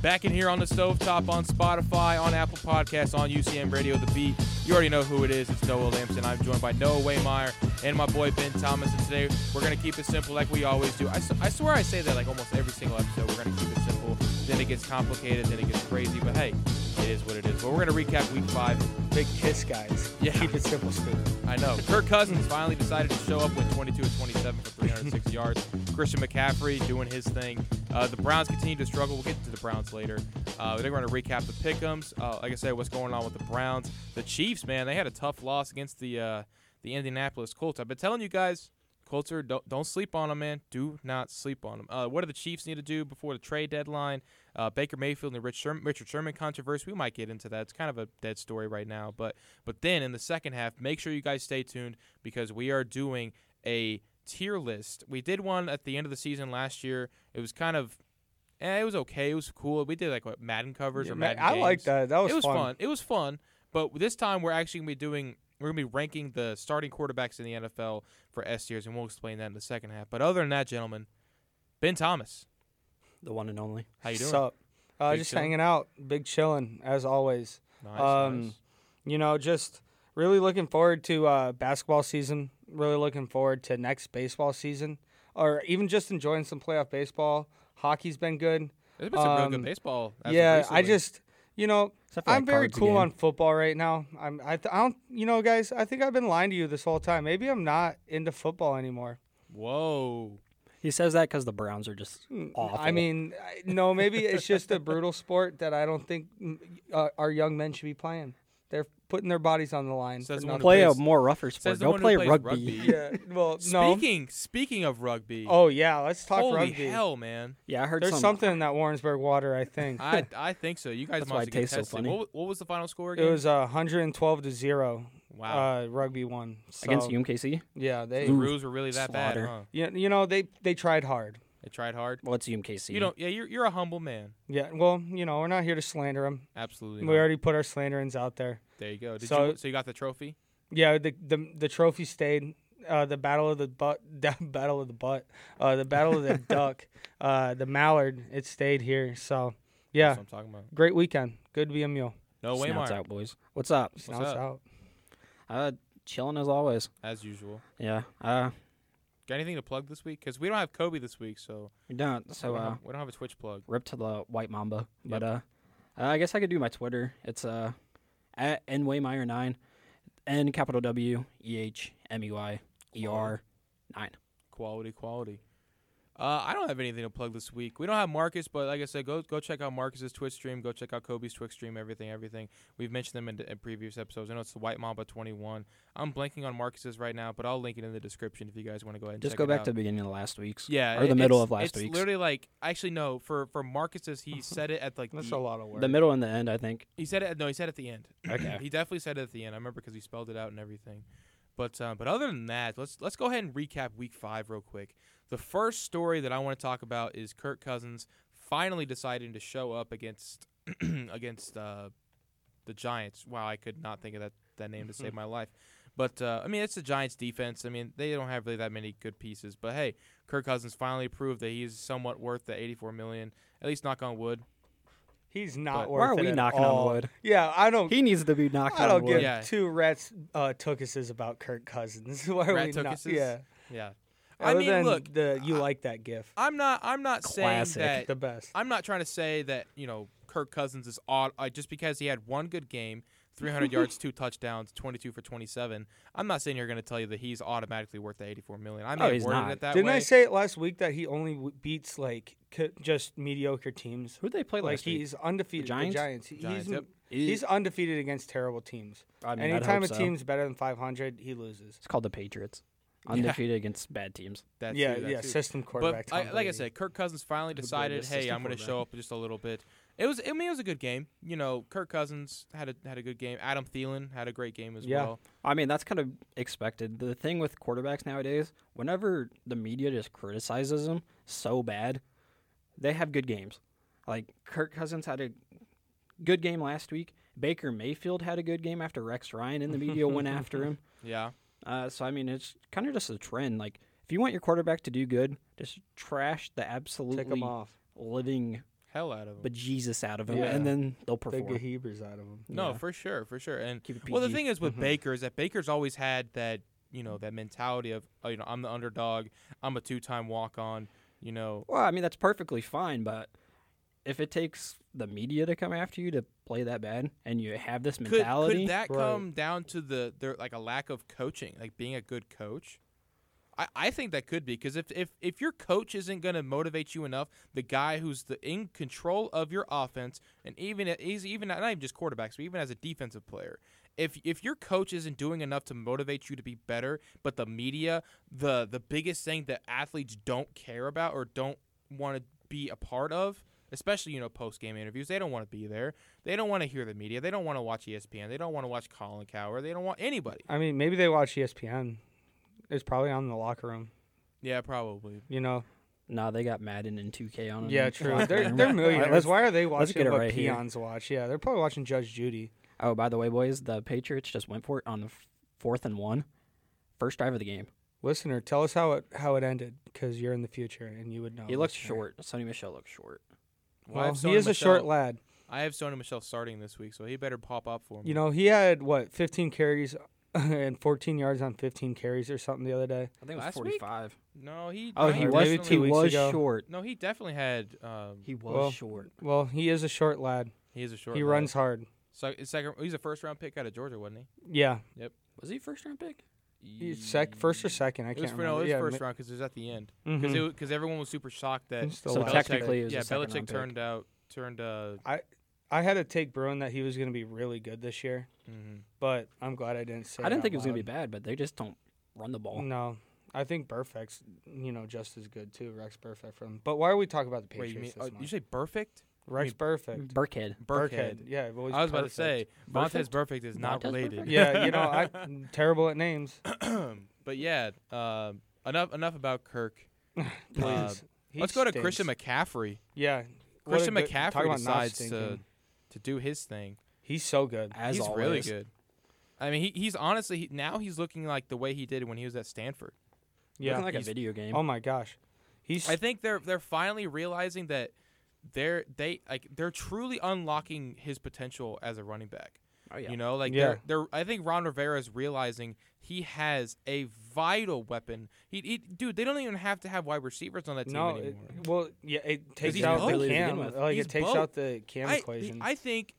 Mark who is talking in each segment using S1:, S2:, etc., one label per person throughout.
S1: Back in here on the stovetop, on Spotify, on Apple Podcasts, on UCM Radio, The Beat. You already know who it is. It's Noah Lamson. I'm joined by Noah Waymeyer and my boy Ben Thomas. And today we're going to keep it simple like we always do. I, s- I swear I say that like almost every single episode. We're going to keep it simple. Then it gets complicated. Then it gets crazy. But hey, it is what it is. But we're going to recap week five.
S2: Big kiss, guys.
S1: Yeah.
S2: Keep it simple, stupid.
S1: I know. Kirk Cousins finally decided to show up with 22 of 27 for 306 yards. Christian McCaffrey doing his thing. Uh, the Browns continue to struggle. We'll get to the Browns later. Uh, they're going to recap the pickums. Uh, like I said, what's going on with the Browns? The Chiefs, man, they had a tough loss against the uh, the Indianapolis Colts. I've been telling you guys, Colts are don't, don't sleep on them, man. Do not sleep on them. Uh, what do the Chiefs need to do before the trade deadline? Uh, Baker Mayfield and the Rich Sherman, Richard Sherman controversy. We might get into that. It's kind of a dead story right now, but but then in the second half, make sure you guys stay tuned because we are doing a tier list. We did one at the end of the season last year. It was kind of, eh, it was okay. It was cool. We did like what Madden covers
S2: Yeah,
S1: or
S2: man,
S1: Madden.
S2: I like
S1: games.
S2: that. That was,
S1: it was fun. It was fun. But this time we're actually gonna be doing. We're gonna be ranking the starting quarterbacks in the NFL for S tiers, and we'll explain that in the second half. But other than that, gentlemen, Ben Thomas,
S3: The one and only.
S1: how you doing?
S2: Sup? Uh,
S1: Big
S2: just
S1: chillin'?
S2: hanging out. Big chilling, as always.
S1: Nice,
S2: Um,
S1: nice.
S2: You know, just really looking forward to uh, basketball season. Really looking forward to next baseball season, or even just enjoying some playoff baseball. Hockey's been good.
S1: There's been some real
S2: um,
S1: good baseball. as of
S2: yeah, I
S1: recently.
S2: just you know
S3: Except for that
S2: I'm very
S3: Cards
S2: cool
S3: game.
S2: on football right now. I'm I, th- I don't you know guys I think I've been lying to you this whole time. Maybe I'm not into football anymore.
S1: whoa.
S3: He says that because the Browns are just
S1: Hmm,
S3: awful.
S2: I mean, I- no, maybe it's just a brutal sport that I don't think mm, uh, our young men should be playing. They're putting their bodies on the line.
S1: Says
S2: for
S1: the one
S2: nothing.
S3: play a
S1: plays-
S3: more rougher sport.
S1: says the
S3: Go
S1: one who
S3: play
S1: plays
S3: rugby.
S1: rugby.
S2: yeah, well, no.
S1: Speaking speaking of rugby,
S2: Oh yeah, let's talk
S1: holy
S2: rugby.
S1: hell, man!
S3: Yeah, I heard
S2: There's
S3: some-
S2: something in that Warrensburg water, I think.
S1: I I think so. You guys
S3: That's
S1: might
S3: why
S1: have
S3: it
S1: to get
S3: tastes so
S1: tested.
S3: funny.
S1: What, wa- what was the final score
S2: It
S1: again?
S2: was uh, 112 to zero.
S1: wow,
S2: Uh, rugby won so,
S3: against UMKC.
S2: Yeah, they.
S1: the rules were really that
S3: slaughter.
S1: bad, huh?
S2: You, you know they they tried hard.
S1: They tried hard.
S3: What's UMKC?
S1: You don't. Yeah, you're you're a humble man.
S2: Yeah, well, you know we're not here to slander them.
S1: Absolutely.
S2: We
S1: not.
S2: already put our slanderings out there.
S1: There you go. Did
S2: So-
S1: you so you got the trophy?
S2: Yeah, the the, the trophy stayed. Uh, the battle of the butt, the battle of the butt, uh, the battle of the duck, uh, the mallard. It stayed here. So, yeah,
S1: That's what I'm talking about.
S2: great weekend. Good to be a mule.
S1: No way,
S3: Snouts
S1: Mark.
S3: out, boys. What's up?
S2: Snouts
S1: up?
S2: out.
S3: Uh, chilling as always.
S1: As usual.
S3: Yeah. Uh,
S1: Got anything to plug this week? Because we don't have Kobe this week, so
S3: we don't.
S1: we
S3: So
S1: don't
S3: uh,
S1: have, we don't have a Twitch plug.
S3: rip to the white mamba. But uh, uh, I guess I could do my Twitter. It's uh, at nwaymeyer nine, n capital W E H M E Y E R nine.
S1: Quality, quality. Uh, I don't have anything to plug this week. We don't have Marcus, but like I said, go go check out Marcus's Twitch stream. Go check out Kobe's Twitch stream. Everything, everything. We've mentioned them in, in previous episodes. I know it's the White Mamba 21. I'm blanking on Marcus's right now, but I'll link it in the description if you guys want to go ahead. And
S3: Just
S1: check
S3: go
S1: it
S3: back
S1: out.
S3: to the beginning of last week's.
S1: yeah,
S3: or the
S1: it-
S3: middle
S1: it's-
S3: of last
S1: it's
S3: week's.
S1: literally like actually no for for Marcus's he said it at like
S2: That's
S1: the-
S2: a lot of work.
S3: The middle and the end, I think.
S1: He said it. at- No, he said it at the end.
S3: Okay.
S1: he definitely said it at the end. I remember because he spelled it out and everything. But um, but other than that, let's let's go ahead and recap Week Five real quick. The first story that I want to talk about is Kirk Cousins finally deciding to show up against against uh, the Giants. Wow, I could not think of that that name to save my life. But uh, I mean, it's the Giants' defense. I mean, they don't have really that many good pieces. But hey, Kirk Cousins finally proved that he's somewhat worth the 84 million. At least, knock on wood.
S2: He's
S1: But
S2: not worth
S3: Why are
S2: it
S3: we
S2: at
S3: knocking
S2: all.
S3: on wood?
S2: Yeah, I don't.
S3: He needs to be knocking
S2: I
S3: on
S2: don't
S3: wood.
S2: give
S1: Yeah.
S2: two rats uh, tookuses about Kirk Cousins. Why are
S1: Rat
S2: we not?
S1: tookuses?
S2: Yeah.
S1: Yeah. I
S2: Other
S1: mean,
S2: than
S1: look,
S2: the you like that gif.
S1: I'm not. I'm not
S3: Classic.
S1: saying that.
S2: The best.
S1: I'm not trying to say that you know Kirk Cousins is odd uh, just because he had one good game, 300 yards, two touchdowns, 22 for 27. I'm not saying you're going to tell you that he's automatically worth the 84 million. I may
S3: Oh,
S1: have
S3: he's
S1: worded
S3: not.
S1: it that
S2: Didn't
S1: way.
S2: I say it last week that he only w- beats like c- just mediocre teams?
S3: Who they play
S2: Like
S3: last week?
S2: he's undefeated. The
S3: Giants?
S2: Giants. He-
S1: Giants,
S2: he's,
S1: yep.
S2: he's undefeated against terrible teams.
S3: I mean, I'd
S2: Anytime a
S3: hope so.
S2: team's better than 500, he loses.
S3: It's called the Patriots. Undefeated against bad teams.
S1: That's
S2: yeah,
S1: you, that's
S2: yeah.
S1: you.
S2: System quarterback.
S1: But I,
S2: Tom
S1: like I
S2: Brady.
S1: said, Kirk Cousins finally decided,
S3: greatest
S1: hey,
S3: system
S1: I'm going to show
S3: quarterback.
S1: up just a little bit. It was. I mean, it was a good game. You know, Kirk Cousins had a had a good game. Adam Thielen had a great game as
S2: Yeah.
S1: well.
S3: I mean, that's kind of expected. The thing with quarterbacks nowadays, whenever the media just criticizes them so bad, they have good games. Like Kirk Cousins had a good game last week. Baker Mayfield had a good game after Rex Ryan and the media went after him.
S1: Yeah.
S3: Uh, so I mean, it's kind of just a trend. Like if you want your quarterback to do good, just trash the
S2: take
S3: absolutely
S2: him off.
S3: living
S1: hell out of him.
S3: but Jesus out of him,
S2: Yeah.
S3: and then they'll
S2: Big
S3: perform.
S2: Hebrews out of him.
S1: no,
S3: Yeah.
S1: for sure, for sure. And
S3: Keep it
S1: well, the
S3: PG.
S1: thing is with Baker is that Baker's always had that you know that mentality of oh, you know I'm the underdog, I'm a two-time walk-on. You know,
S3: Well, I mean that's perfectly fine, but if it takes the media to come after you to play that bad, and you have this
S1: could,
S3: mentality,
S1: could that
S2: Right.
S1: come down to the there like a lack of coaching, like being a good coach? I, I think that could be because if, if if your coach isn't going to motivate you enough, the guy who's the in control of your offense, and even a- he's even not even just quarterbacks, but even as a defensive player, if if your coach isn't doing enough to motivate you to be better, but the media, the the biggest thing that athletes don't care about or don't want to be a part of, especially you know post game interviews, they don't want to be there. They don't want to hear the media. They don't want to watch E ESPN. They don't want to watch Colin Cowher. They don't want anybody.
S2: I mean, maybe they watch E ESPN. It's probably on in the locker room.
S1: Yeah, probably.
S2: You know.
S3: nah, they got Madden and 2K on them.
S2: Yeah,
S3: It's
S2: true.
S3: like,
S2: They're
S3: damn.
S2: they're
S3: All right,
S2: millionaires.
S3: let's-
S2: Why are they
S3: let's
S2: watching
S3: get it
S2: what
S3: right here.
S2: peons watch? Yeah, they're probably watching Judge Judy.
S3: Oh, by the way, boys, the Patriots just went for it on the f- fourth and one, first drive of the game.
S2: Listener, tell us how it how it ended because you're in the future and you would know.
S3: he looked
S2: listener.
S3: short. Sonny Michelle looked short.
S1: Well, I
S2: Well,
S1: have
S2: he
S1: Sony
S2: is a short
S1: Michel-
S2: lad.
S1: I have Sony Michelle starting this week, so he better pop up for me.
S2: You know, he had what 15 carries and 14 yards on 15 carries or something the other day.
S3: I think it was
S1: Last week?
S3: 45.
S1: no, he.
S3: Oh,
S1: no,
S3: he
S2: Maybe
S3: was.
S2: two
S3: he
S1: definitely-
S2: weeks
S3: was
S2: ago.
S3: short.
S1: No, he definitely had. Um,
S3: He was
S2: Well,
S3: short.
S2: Well, he is a short lad.
S1: he is a short.
S2: he
S1: lad.
S2: runs hard.
S1: So, second, he's a first round pick out of Georgia, wasn't
S2: Yeah,
S3: Was he first round pick?
S1: he?
S2: He's sec first or second, I
S1: It
S2: can't
S1: was for,
S2: remember.
S1: no, it was
S2: yeah,
S1: first
S2: ma-
S1: round because it was at the end because
S2: mhm.
S1: everyone was super shocked that
S2: He's still
S3: So
S2: alive.
S1: Belichick-
S3: technically it was a
S1: yeah,
S3: second
S1: Belichick
S3: round pick.
S1: turned out turned. Uh,
S2: I had to take Bruin that he was going to be really good this year,
S1: mhm.
S2: but I'm glad I didn't say.
S3: I didn't think it
S2: out
S3: was gonna be
S2: loud.
S3: bad, but they just don't run the ball.
S2: No, I think Burfekt's you know just as good too. Rex Burfect from. But why are we talking about the
S1: Wait, you mean
S2: Patriots
S1: oh,
S2: this
S1: you
S2: month?
S1: say perfect?
S2: Rex Burfect,
S3: Burkhead.
S1: Burkhead.
S2: Yeah, well, he's
S1: I was about to
S2: perfect.
S1: say Vontez
S3: Burfict?
S1: Perfect is not
S3: Vontaze
S1: related.
S3: Burfict?
S2: Yeah, you know, I'm terrible at names.
S1: but yeah, um, enough enough about Kirk.
S2: Please.
S3: Uh,
S2: He
S1: Let's go to
S2: stinks.
S1: Christian McCaffrey.
S2: Yeah, what a
S1: Christian
S2: good- talk about
S1: McCaffrey
S2: not
S1: decides to
S2: stinking.
S1: to do his thing.
S2: He's so good.
S3: As
S1: he's
S3: always.
S1: really good. I mean, he, he's honestly he, now he's looking like the way he did when he was at Stanford.
S2: Yeah.
S3: Looking like a
S1: He's-
S3: video game.
S2: oh my gosh, he's
S1: I think they're they're finally realizing that they're they like they're truly unlocking his potential as a running back.
S3: Oh, yeah.
S1: You know, like
S2: Yeah.
S1: they're, they're I think Ron Rivera is realizing he has a vital weapon. He, he dude, they don't even have to have wide receivers on that team
S2: no. It,
S1: anymore.
S2: well, yeah, it takes
S1: he's
S2: out
S1: both.
S2: the cam.
S3: He's
S2: Like it takes
S1: both.
S2: out the cam
S1: I,
S2: equation.
S1: I think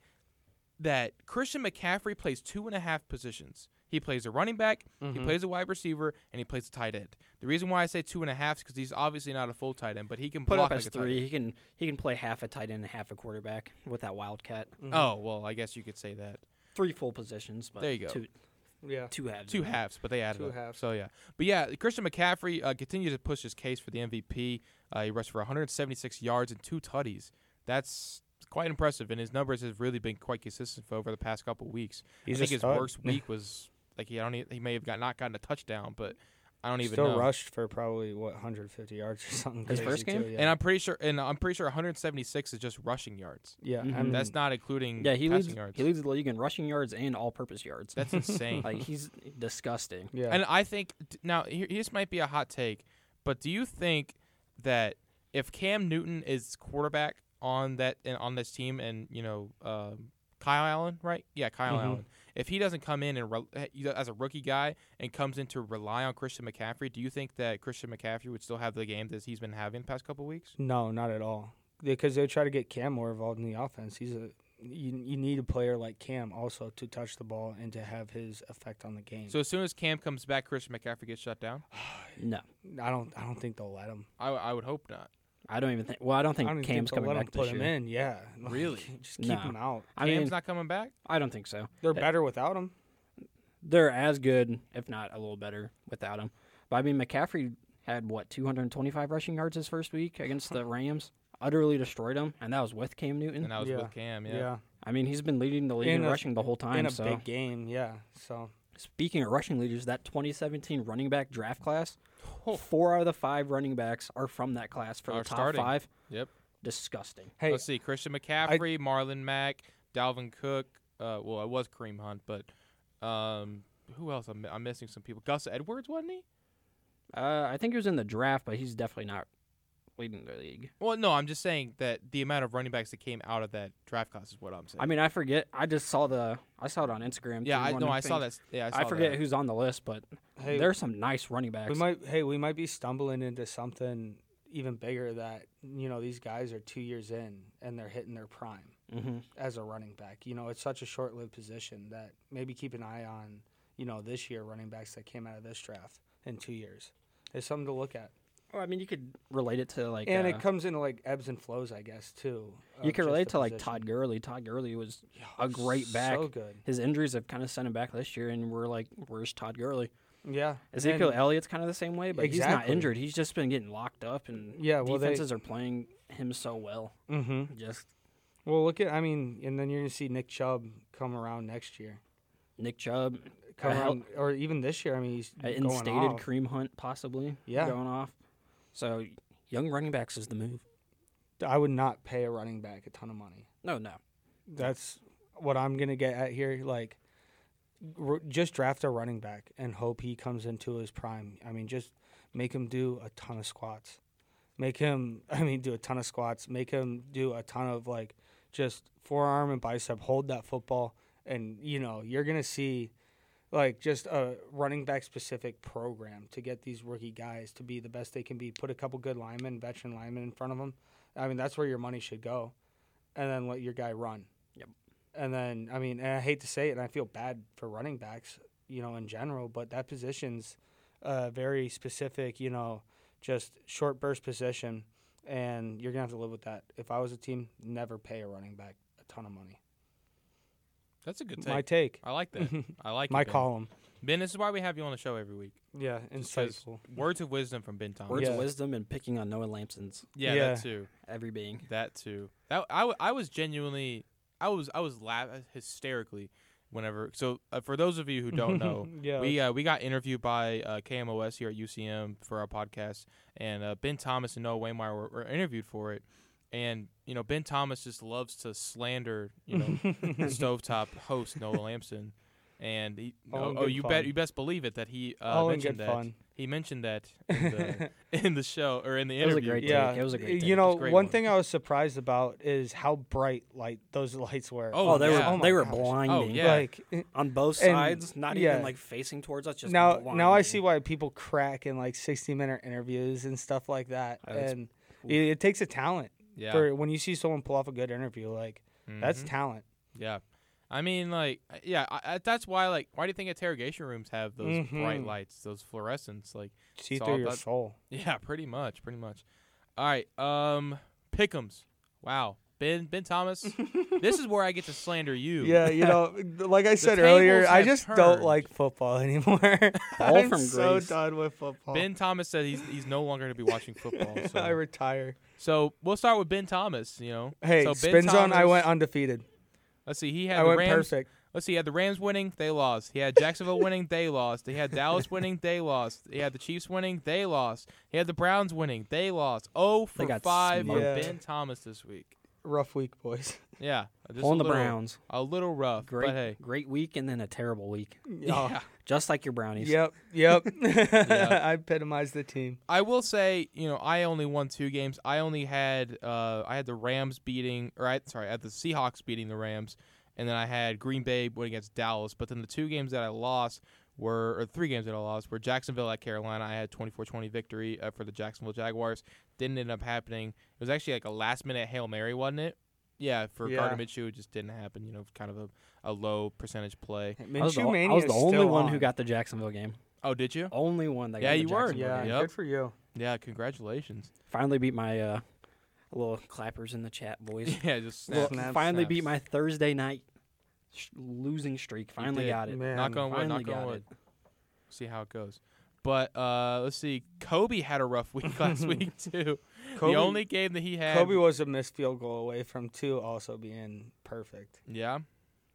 S1: that Christian McCaffrey plays two and a half positions. He plays a running back, he
S3: Mm-hmm.
S2: Mhm.
S1: plays a wide receiver, and he plays a tight end. The reason why I say two and a half is because he's obviously not a full tight end, but he can
S3: Put
S1: block
S3: up
S1: like
S3: as
S1: a tight
S3: three.
S1: end.
S3: He can he can play half a tight end and half a quarterback with that wildcat.
S2: Mhm.
S1: Oh well, I guess you could say that
S3: Three full positions, but
S1: There you go.
S3: Two,
S2: yeah.
S3: two halves.
S1: two
S3: of it.
S1: halves, but they added
S2: Two
S1: up.
S2: halves.
S1: So yeah, but yeah, Christian McCaffrey uh, continues to push his case for the MVP. Uh, he rushed for 176 yards and two tutties. That's quite impressive, and his numbers have really been quite consistent for over the past couple weeks. I
S2: He's a
S1: think his
S2: stud.
S1: worst week was like he I don't e- he may have got not gotten a touchdown, but I don't even
S2: Still
S1: know.
S2: rushed for probably what 150 yards or something.
S3: His
S2: crazy
S3: first game?
S2: too, yeah.
S1: And I'm pretty sure, and I'm pretty sure 176 is just rushing yards.
S2: yeah, I
S3: Mhm.
S2: mean,
S1: Mm-hmm. That's not including
S3: Yeah, he
S1: passing
S3: leads
S1: yards.
S3: he leads the league in rushing yards and all purpose yards.
S1: That's insane.
S3: like he's disgusting.
S2: yeah.
S1: And I think d- now here, this might be a hot take, but do you think that if Cam Newton is quarterback on that and on this team, and you know um, Kyle Allen, right? Yeah, Kyle
S2: Mhm.
S1: Allen. If he doesn't come in and re- eh, you know, as a rookie guy and comes in to rely on Christian McCaffrey, do you think that Christian McCaffrey would still have the game that he's been having the past couple weeks?
S2: no, not at all. Because they try to get Cam more involved in the offense. He's a you, you need a player like Cam also to touch the ball and to have his effect on the game.
S1: So as soon as Cam comes back, Christian McCaffrey gets shut down.
S3: No.
S2: I don't I don't think they'll let him.
S1: I, I would hope not.
S3: I don't even think well, I don't
S2: I
S3: think
S2: don't even
S3: Cam's
S2: think they'll
S3: coming
S2: let
S3: back
S2: him put
S3: this
S2: him
S3: year.
S2: in. Yeah, Like,
S1: Really?
S2: just keep
S3: No.
S2: him out.
S3: I
S1: Cam's
S3: mean
S1: not coming back.
S3: I don't think so.
S2: They're
S3: Yeah.
S2: better without him.
S3: They're as good, if not a little better, without him. But I mean McCaffrey had what, two hundred and twenty five rushing yards his first week against the Rams? Utterly destroyed him, and that was with Cam Newton.
S1: And I was
S2: Yeah.
S1: with Cam. Yeah.
S2: Yeah,
S3: I mean, he's been leading the league
S2: In
S3: in,
S2: a-
S3: rushing the whole time.
S2: in a
S3: so,
S2: big game. Yeah, so
S3: speaking of rushing leaders, that 2017 running back draft class, four out of the five running backs are from that class for
S1: Are
S3: the top
S1: starting.
S3: five.
S1: Yep.
S3: Disgusting.
S2: hey,
S1: Let's see: Christian McCaffrey, Marlon Mack, Dalvin Cook. Uh, well, it was Kareem Hunt, but um, who else? I'm, I'm missing some people. Gus Edwards wasn't he?
S3: Uh, I think he was in the draft, but he's definitely not leading the league.
S1: Well, no, I'm just saying that the amount of running backs that came out of that draft class is what I'm saying.
S3: I mean, I forget. I just saw the. I saw it on Instagram.
S1: yeah,
S3: too,
S1: I
S3: one
S1: no,
S3: of
S1: I
S3: the
S1: saw
S3: things.
S1: that. Yeah, I, saw
S3: I, forget
S1: that.
S3: who's on the list, but
S2: Hey,
S3: there's some nice running backs.
S2: we might. Hey, we might be stumbling into something even bigger. That you know, these guys are two years in and they're hitting their prime
S3: mm-hmm.
S2: as a running back. You know, it's such a short-lived position that maybe keep an eye on. You know, this year running backs that came out of this draft in two years. It's something to look at,
S3: Well, I mean, you could relate it to like.
S2: and
S3: uh,
S2: it comes into like ebbs and flows, I guess, too.
S3: you
S2: of Oh,
S3: can
S2: just
S3: relate
S2: the
S3: to like
S2: position.
S3: Todd Gurley. Todd Gurley was
S2: Yeah,
S3: a great back.
S2: So good.
S3: his injuries have kind of sent him back this year, and we're like, where's Todd Gurley?
S2: Yeah.
S3: Ezekiel
S2: and-
S3: Elliott's kind of the same way, but he's not
S2: Exactly.
S3: injured. He's just been getting locked up, and
S2: Yeah, well, they-
S3: defenses are playing him so well.
S2: Mhm.
S3: Just
S2: Well, look at I mean, and then you're gonna see Nick Chubb come around next year,
S3: Nick Chubb,
S2: come
S3: Uh, hell-
S2: around, or even this year. I mean, he's
S3: uh,
S2: going
S3: instated
S2: off.
S3: Kareem Hunt possibly
S2: Yeah.
S3: going off. So young running backs is the move.
S2: I would not pay a running back a ton of money.
S3: No, no,
S2: That's what I'm gonna get at here. Like, r- just draft a running back and hope he comes into his prime. I mean, just make him do a ton of squats. Make him, I mean, do a ton of squats. Make him do a ton of like just forearm and bicep. Hold that football, and you know you're gonna see like just a running back specific program to get these rookie guys to be the best they can be. Put a couple good linemen, veteran linemen in front of them. I mean, that's where your money should go, and then let your guy run.
S3: Yep.
S2: And then, I mean, and I hate to say it, and I feel bad for running backs, you know, in general, but that position's a very specific, you know, just short burst position, and you're gonna have to live with that. If I was a team, never pay a running back a ton of money.
S1: That's a good take.
S2: My take,
S1: I like
S3: Mhm.
S1: that. I like it,
S2: my
S1: Ben.
S2: column.
S1: Ben, this is why we have you on the show every week.
S2: Yeah,
S1: Just 'cause
S2: insightful.
S1: Words of wisdom from Ben Thomas.
S3: words
S2: Yeah.
S3: of wisdom and picking on Noah Lampson's
S1: Yeah,
S2: Yeah.
S1: that too.
S3: every being.
S1: That too. That I, w- I was genuinely I was I was laughing hysterically whenever. So uh, for those of you who don't know,
S2: yeah,
S1: we uh, we got interviewed by uh, KMOS here at UCM for our podcast, and uh, Ben Thomas and Noah Waymire were, were interviewed for it. And you know Ben Thomas just loves to slander you know stovetop host Noah Lampson, and he,
S2: All
S1: oh,
S2: in
S1: oh,
S2: good
S1: you
S2: fun.
S1: bet you best believe it that he uh,
S2: all in
S1: mentioned
S2: good
S1: that
S2: fun.
S1: he mentioned that in the, in the show or in the
S3: It was
S1: interview.
S3: a great
S2: Yeah,
S3: take. It was a great. Take.
S2: You know,
S1: a great
S2: one,
S1: one.
S2: thing I was surprised about is how bright light those lights were.
S1: Oh,
S3: oh, they
S1: yeah.
S3: were
S1: Oh
S3: they were
S2: gosh.
S3: blinding.
S1: yeah.
S2: Like
S3: on both
S2: And-
S3: sides, not
S2: yeah.
S3: even like facing towards us. Just
S2: now, now I
S3: blinding.
S2: see why people crack in like sixty-minute interviews and stuff like that.
S3: Oh, that's-
S2: and it, it takes a talent
S1: Yeah,
S2: for when you see someone pull off a good interview. Like that's
S1: Mhm.
S2: talent.
S1: yeah. I mean, like, I- yeah, I, I, that's why, like, why do you think interrogation rooms have those bright
S2: Mhm.
S1: lights, those fluorescents? Like,
S2: See
S1: It's all
S2: through your
S1: about-
S2: soul.
S1: yeah, pretty much, pretty much. All right, um, Pickums. Wow, Ben, Ben Thomas. this is where I get to slander you.
S2: Yeah, you know, like I said
S1: tables
S2: earlier, I
S1: have
S2: just
S1: turned.
S2: don't like football anymore.
S3: All
S2: I'm
S3: from
S2: so
S3: grace.
S2: done with football.
S1: Ben Thomas said he's he's no longer going to be watching football. So.
S2: I retire.
S1: so we'll start with Ben Thomas. You know,
S2: Hey,
S1: so Ben
S2: spin zone. I
S1: Thomas-
S2: went undefeated.
S1: Let's see. He had
S2: I
S1: the
S2: went
S1: Rams.
S2: perfect.
S1: Let's see. He had the Rams winning. They lost. He had Jacksonville winning. They lost. He had Dallas winning. They lost. He had the Chiefs winning. They lost. He had the Browns winning. They lost. Oh for
S3: got
S1: five on
S2: smoked.
S1: Ben Thomas this week.
S2: Rough week, boys.
S1: Yeah, just
S3: pulling
S1: a
S3: the
S1: little,
S3: Browns.
S1: A little rough,
S3: Great,
S1: but hey.
S3: great week, and then a terrible week,
S2: Yeah.
S1: Yeah.
S3: just like your brownies.
S2: Yep, yep. I epitomized the team.
S1: I will say, you know, I only won two games. I only had uh I had the Rams beating or I sorry, I had the Seahawks beating the Rams and then I had Green Bay winning against Dallas, but then the two games that I lost were or three games that I lost were Jacksonville at Carolina. I had 24-20 victory uh, for the Jacksonville Jaguars. Didn't end up happening. It was actually like a last minute Hail Mary, wasn't it? Yeah, for
S2: Yeah.
S1: Gardner Minshew, it just didn't happen, you know, kind of a, a low percentage play.
S2: Hey,
S3: I was the,
S2: Minshew
S3: o- I
S2: Mania
S3: was
S2: is
S3: the only
S2: still
S3: one
S2: on.
S3: who got the Jacksonville game.
S1: Oh, did you?
S3: Only one that
S1: Yeah,
S3: got the
S1: you were.
S3: Jacksonville
S2: Yeah,
S3: game.
S1: Yep.
S2: good for you.
S1: Yeah, congratulations.
S3: Finally beat my uh, little clappers in the chat, boys.
S1: Yeah, just
S3: Well,
S1: snap.
S2: Snaps.
S3: finally beat
S1: Snaps.
S3: my Thursday night sh- losing streak. Finally
S1: did.
S3: got it.
S2: Man,
S1: knock on wood,
S3: Finally
S1: knock
S3: got
S1: on wood.
S3: it.
S1: see how it goes. But uh, let's see. Kobe had a rough week last week too.
S2: Kobe-
S1: the only game that he had.
S2: Kobe was a missed field goal away from two also being perfect.
S1: Yeah,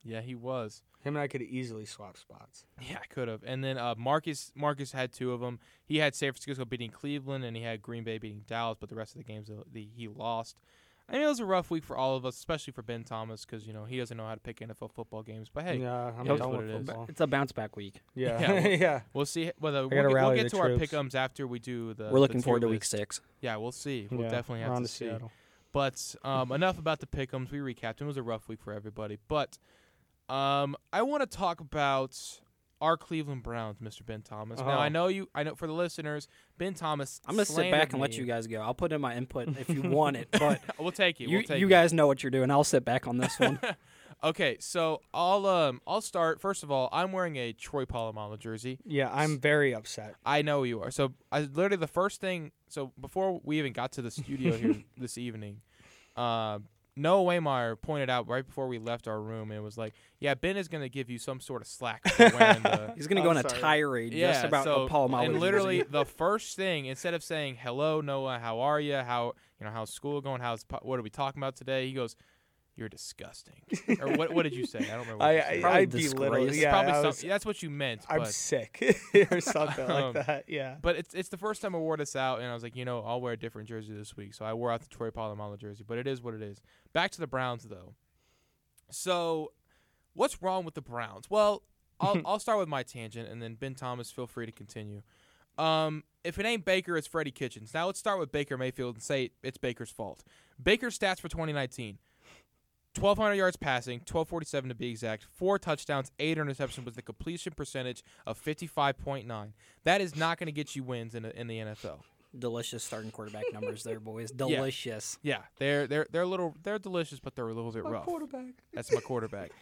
S1: yeah, he was.
S2: Him and I could easily swap spots.
S1: Yeah, I could have. And then uh, Marcus Marcus had two of them. He had San Francisco beating Cleveland, and he had Green Bay beating Dallas. But the rest of the games that he lost. I know it was a rough week for all of us, especially for Ben Thomas, because you know he doesn't know how to pick NFL football games. But hey,
S2: yeah, I'm
S1: it is
S2: done
S1: what
S2: with
S1: it is.
S2: football.
S3: It's a bounce back week.
S2: Yeah,
S1: Yeah,
S2: yeah.
S1: well- we'll see. Whether we'll,
S2: gotta
S1: get, we'll
S2: rally
S1: get
S2: the
S1: to our
S2: troops.
S1: pickums after we do the.
S3: We're looking
S1: the tier
S3: forward to week
S1: list.
S3: six.
S1: Yeah, we'll see. We'll
S2: Yeah,
S1: definitely
S2: we're
S1: have
S2: on
S1: to
S2: to
S1: see.
S2: Seattle.
S1: But um, enough about the pickums. We recapped. It was a rough week for everybody. But um, I want to talk about our Cleveland Browns, Mr. Ben Thomas. Now I
S2: Oh.
S1: know you. I know for the listeners, Ben Thomas.
S3: Uh-huh. I'm gonna sit
S1: slandered
S3: back and let
S1: me.
S3: you guys go. I'll put in my input if you want it, but
S1: We'll take it.
S3: you
S1: we'll take
S3: you
S1: it.
S3: guys know what you're doing. I'll sit back on this one.
S1: Okay, so I'll um I'll start. First of all, I'm wearing a Troy Polamalu jersey.
S2: yeah, I'm very upset.
S1: I know you are. So I literally the first thing. So before we even got to the studio here this evening, uh, Noah Waymeyer pointed out right before we left our room and was like, "Yeah, Ben is going to give you some sort of slack for wearing the."
S3: He's gonna
S2: I'm
S3: go on a
S2: sorry.
S3: tirade
S1: Yeah,
S3: just about
S1: so,
S3: a Paul Molly.
S1: and literally the first thing instead of saying hello Noah, how are you? How you know how's school going? How's po- what are we talking about today? He goes, "You're disgusting." or what? What did you say? I don't remember. What you said.
S3: Probably
S2: I, I belittle.
S3: disgrace.
S1: It's
S2: Yeah,
S1: probably
S2: I
S1: some-
S2: was,
S1: that's what you meant.
S2: I'm
S1: but,
S2: sick or something
S1: Um,
S2: like that. Yeah.
S1: but it's it's the first time I wore this out, and I was like, you know, I'll wear a different jersey this week. So I wore out the Troy Polamalu jersey, but it is what it is. Back to the Browns though. So, what's wrong with the Browns? Well, I'll I'll start with my tangent, and then Ben Thomas, feel free to continue. Um, if it ain't Baker, it's Freddie Kitchens. Now let's start with Baker Mayfield and say it's Baker's fault. Baker's stats for 2019. 1200 yards passing, 1247 to be exact, four touchdowns, eight interceptions with a completion percentage of 55.9. That is not going to get you wins in the, in the NFL.
S3: delicious starting quarterback numbers there, boys. Delicious.
S1: Yeah, they're they're they're a little they're delicious, but they're a little bit rough.
S2: quarterback.
S1: That's my quarterback.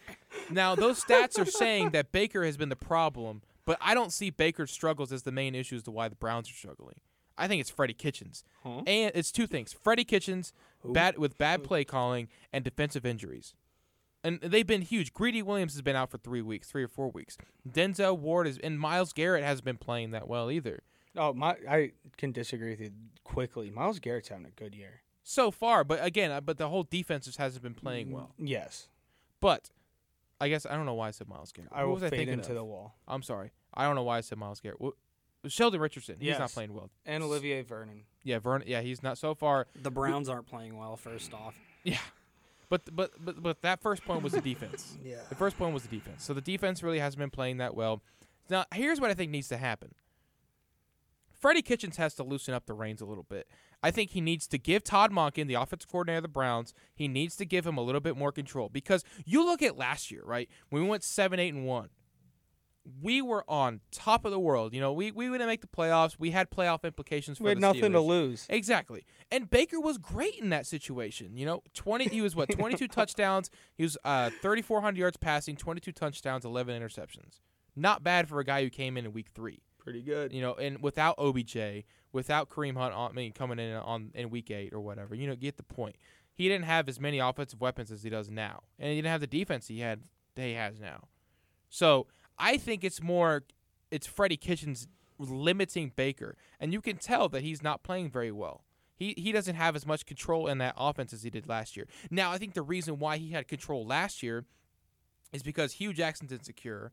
S1: now those stats are saying that Baker has been the problem, but I don't see Baker's struggles as the main issue as to why the Browns are struggling. I think it's Freddie Kitchens, and it's two things: Freddie Kitchens bad with bad play calling and defensive injuries. And they've been huge. Greedy Williams has been out for three weeks, three or four weeks. Denzel Ward is, and Miles Garrett hasn't been playing that well either.
S2: Oh my! I can disagree with you quickly. Miles Garrett's having a good year.
S1: so far. But again, uh, but the whole defense just hasn't been
S2: Mm.
S1: playing well.
S2: Yes,
S1: But I guess I don't know why I said Miles Garrett.
S2: I
S1: Who
S2: will
S1: was I
S2: fade
S1: thinking
S2: into
S1: of?
S2: the wall.
S1: I'm sorry. I don't know why I said Miles Garrett. Wh- Sheldon Richardson. He's not
S2: Yes.
S1: playing well.
S2: And Olivier Vernon.
S1: Yeah, Vern. Yeah, he's not so far.
S3: The Browns aren't playing well. First off,
S1: Yeah. But, but but but that first point was the defense.
S2: Yeah.
S1: The first point was the defense. So the defense really hasn't been playing that well. Now here's what I think needs to happen. Freddie Kitchens has to loosen up the reins a little bit. I think he needs to give Todd Monken, the offensive coordinator of the Browns, he needs to give him a little bit more control because you look at last year, right? When we went seven, eight, and one, we were on top of the world. You know, we we wouldn't make the playoffs. We had playoff implications for
S2: We had
S1: the
S2: nothing to
S1: Steelers.
S2: lose.
S1: Exactly. And Baker was great in that situation. You know, 20 he was what 22 touchdowns, he was uh 3400 yards passing, 22 touchdowns, 11 interceptions. Not bad for a guy who came in in week 3.
S2: Pretty good.
S1: You know, and without OBJ, without Kareem Hunt on I mean coming in on in week 8 or whatever. You know, get the point. He didn't have as many offensive weapons as he does now. And he didn't have the defense he had that he has now. So, I think it's more it's Freddie Kitchens limiting Baker, and you can tell that he's not playing very well. He he doesn't have as much control in that offense as he did last year. Now I think the reason why he had control last year is because Hugh Jackson's insecure.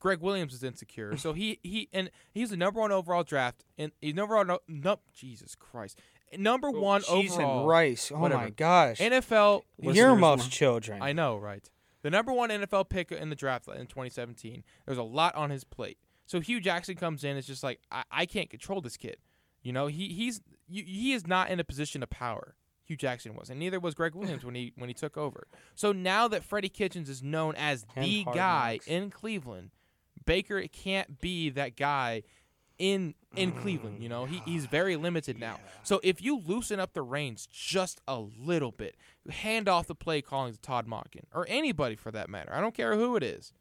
S1: Greg Williams is insecure, so he he and he's the number one overall draft, and he's number one. No, no, Jesus Christ, number
S2: Oh,
S1: one
S2: Cheese
S1: overall
S2: and rice. Oh
S1: Whatever.
S2: my gosh.
S1: NFL.
S3: Listeners
S2: Yermov's
S3: want-
S2: children.
S1: I know, right? The number one NFL pick in the draft in 2017. There's a lot on his plate. So Hugh Jackson comes in. It's just like I, I can't control this kid. You know, he he's you, he is not in a position of power. Hugh Jackson was, and neither was Greg Williams when he when he took over. So now that Freddie Kitchens is known as
S2: And
S1: the
S2: Hard
S1: guy
S2: Knocks.
S1: in Cleveland, Baker can't be that guy in in Cleveland. You know, he, he's very limited now. So if you loosen up the reins just a little bit, hand off the play calling to Todd Monken or anybody for that matter. I don't care who it is.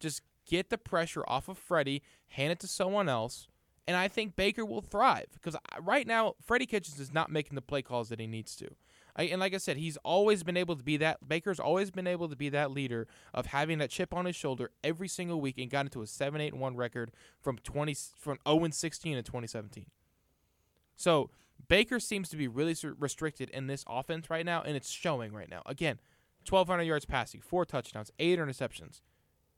S1: Just get the pressure off of Freddie, hand it to someone else, and I think Baker will thrive because I- right now Freddie Kitchens is not making the play calls that he needs to. I, and like I said, he's always been able to be that. Baker's always been able to be that leader of having that chip on his shoulder every single week, and got into a seven eight one record from twenty from zero and sixteen in twenty seventeen. So Baker seems to be really s- restricted in this offense right now, and it's showing right now. Again, 1,200 yards passing, four touchdowns, eight interceptions.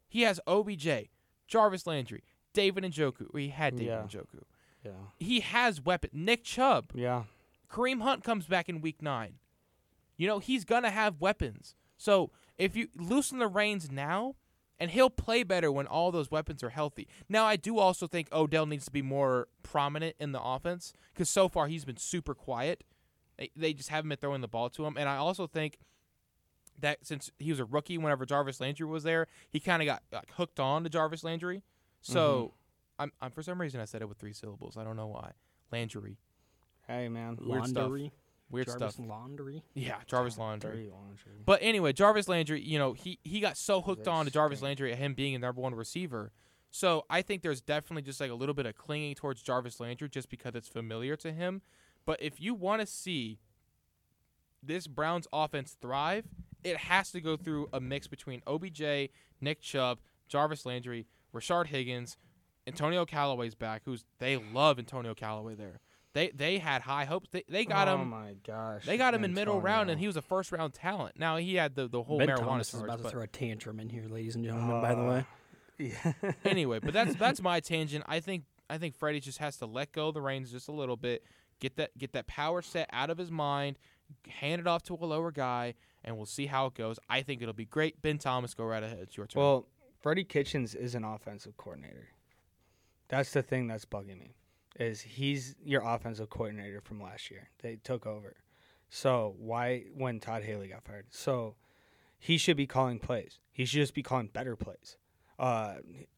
S1: He has OBJ, Jarvis Landry, David Njoku. Or he had David
S2: Yeah.
S1: Njoku.
S2: Yeah.
S1: He has weapon. Nick Chubb.
S2: Yeah.
S1: Kareem Hunt comes back in week nine. You know, he's gonna have weapons. So if you loosen the reins now, and he'll play better when all those weapons are healthy. Now, I do also think Odell needs to be more prominent in the offense because so far he's been super quiet. They, they just haven't been throwing the ball to him. And I also think that since he was a rookie, whenever Jarvis Landry was there, he kind of got like, hooked on to Jarvis Landry. So, I'm, I'm for some reason I said it with three syllables. I don't know why. Landry,
S2: Hey man,
S1: Weird stuff.
S3: Laundry.
S1: weird
S3: Jarvis
S1: stuff.
S3: Laundry.
S1: Yeah, Jarvis Landry.
S2: Dirty laundry.
S1: But anyway, Jarvis Landry, you know, he he got so hooked
S2: They
S1: on to Jarvis
S2: stink.
S1: Landry at him being a number one receiver. So I think there's definitely just like a little bit of clinging towards Jarvis Landry just because it's familiar to him. But if you want to see this Browns offense thrive, it has to go through a mix between OBJ, Nick Chubb, Jarvis Landry, Rashard Higgins, Antonio Callaway's back, who's they love Antonio Callaway there. They they had high hopes. They, they got
S2: oh
S1: him
S2: my gosh,
S1: they got him in middle round, and he
S2: Antonio.
S1: was a first round talent. Now he had the, the whole
S3: ben
S1: marijuana
S3: Thomas is
S1: charge,
S3: about to
S1: but
S3: throw a tantrum in here, ladies and gentlemen. by
S2: Uh.
S3: the way,
S2: Yeah.
S1: anyway, but that's that's my tangent. I think I think Freddie just has to let go of the reins just a little bit, get that get that power set out of his mind, hand it off to a lower guy, and we'll see how it goes. I think it'll be great. Ben Thomas, go right ahead. It's your turn.
S2: Well, Freddie Kitchens is an offensive coordinator. That's the thing that's bugging me. Is he's your offensive coordinator from last year? They took over. So why when Todd Haley got fired? So he should be calling plays. He should just be calling better plays. Uh,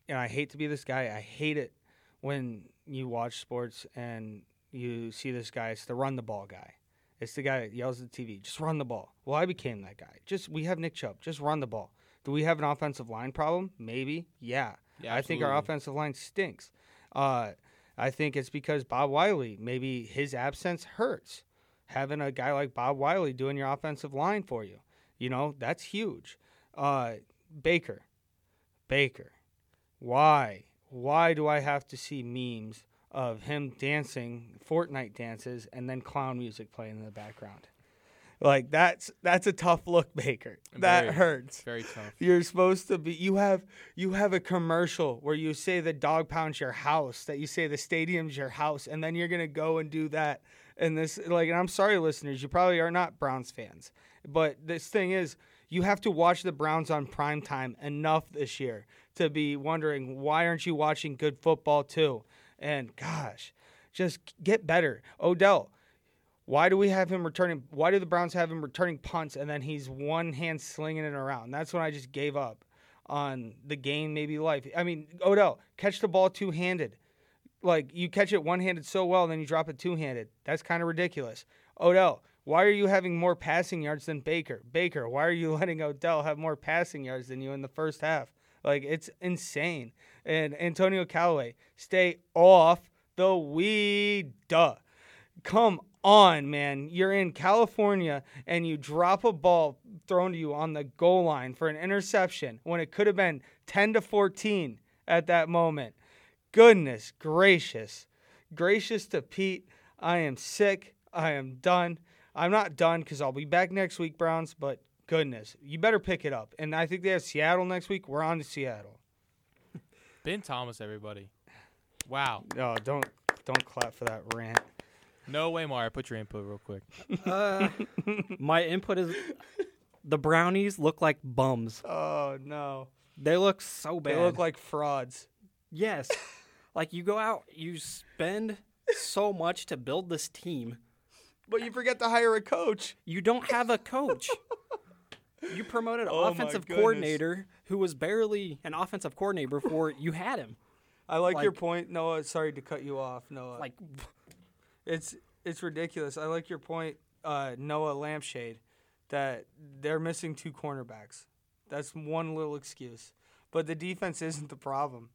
S2: and I hate to be this guy. I hate it when you watch sports and you see this guy. It's the run the ball guy. It's the guy that yells at the TV, just run the ball. Well, I became that guy. Just we have Nick Chubb, just run the ball. Do we have an offensive line problem? Maybe. Yeah.
S1: Yeah,
S2: I think our
S1: absolutely.
S2: offensive line stinks. Uh, I think it's because Bob Wiley, maybe his absence hurts. Having a guy like Bob Wiley doing your offensive line for you, you know, that's huge. Uh, Baker, Baker, why? Why do I have to see memes of him dancing Fortnite dances and then clown music playing in the background? Like that's that's a tough look, Baker. That
S1: Very.
S2: hurts.
S1: Very tough.
S2: You're supposed to be. You have you have a commercial where you say the dog pound's your house, that you say the stadium's your house, and then you're gonna go and do that. And this like, and I'm sorry, listeners, you probably are not Browns fans, but this thing is, you have to watch the Browns on prime time enough this year to be wondering why aren't you watching good football too? And gosh, just get better, Odell. Why do we have him returning? Why do the Browns have him returning punts and then he's one hand slinging it around? That's when I just gave up on the game, maybe life. I mean, Odell, catch the ball two handed. Like, you catch it one handed so well, then you drop it two handed. That's kind of ridiculous. Odell, why are you having more passing yards than Baker? Baker, why are you letting Odell have more passing yards than you in the first half? Like, it's insane. And Antonio Callaway, stay off the weed. Duh. Come on, man. You're in California and you drop a ball thrown to you on the goal line for an interception when it could have been 10 to 14 at that moment. Goodness gracious. Gracious to Pete. I am sick. I am done. I'm not done because I'll be back next week, Browns, but goodness, you better pick it up. And I think they have Seattle next week. We're on to Seattle.
S1: Ben Thomas, everybody. Wow.
S2: No, Oh, don't don't clap for that rant.
S1: No way, Mario. Put your input real quick.
S3: uh, my input is the brownies look like bums.
S2: Oh no.
S3: They look so bad.
S2: They look like frauds.
S3: yes, like you go out, you spend so much to build this team.
S2: But you forget to hire a coach.
S3: You don't have a coach. You promoted an
S2: Oh my
S3: offensive
S2: goodness.
S3: coordinator who was barely an offensive coordinator before you had him.
S2: I like, your
S3: Like-
S2: point, Noah. Sorry to cut you off, Noah.
S3: Like,
S2: it's it's ridiculous. I like your point, uh, Noah Lampshade, that they're missing two cornerbacks. That's one little excuse, but the defense isn't the problem.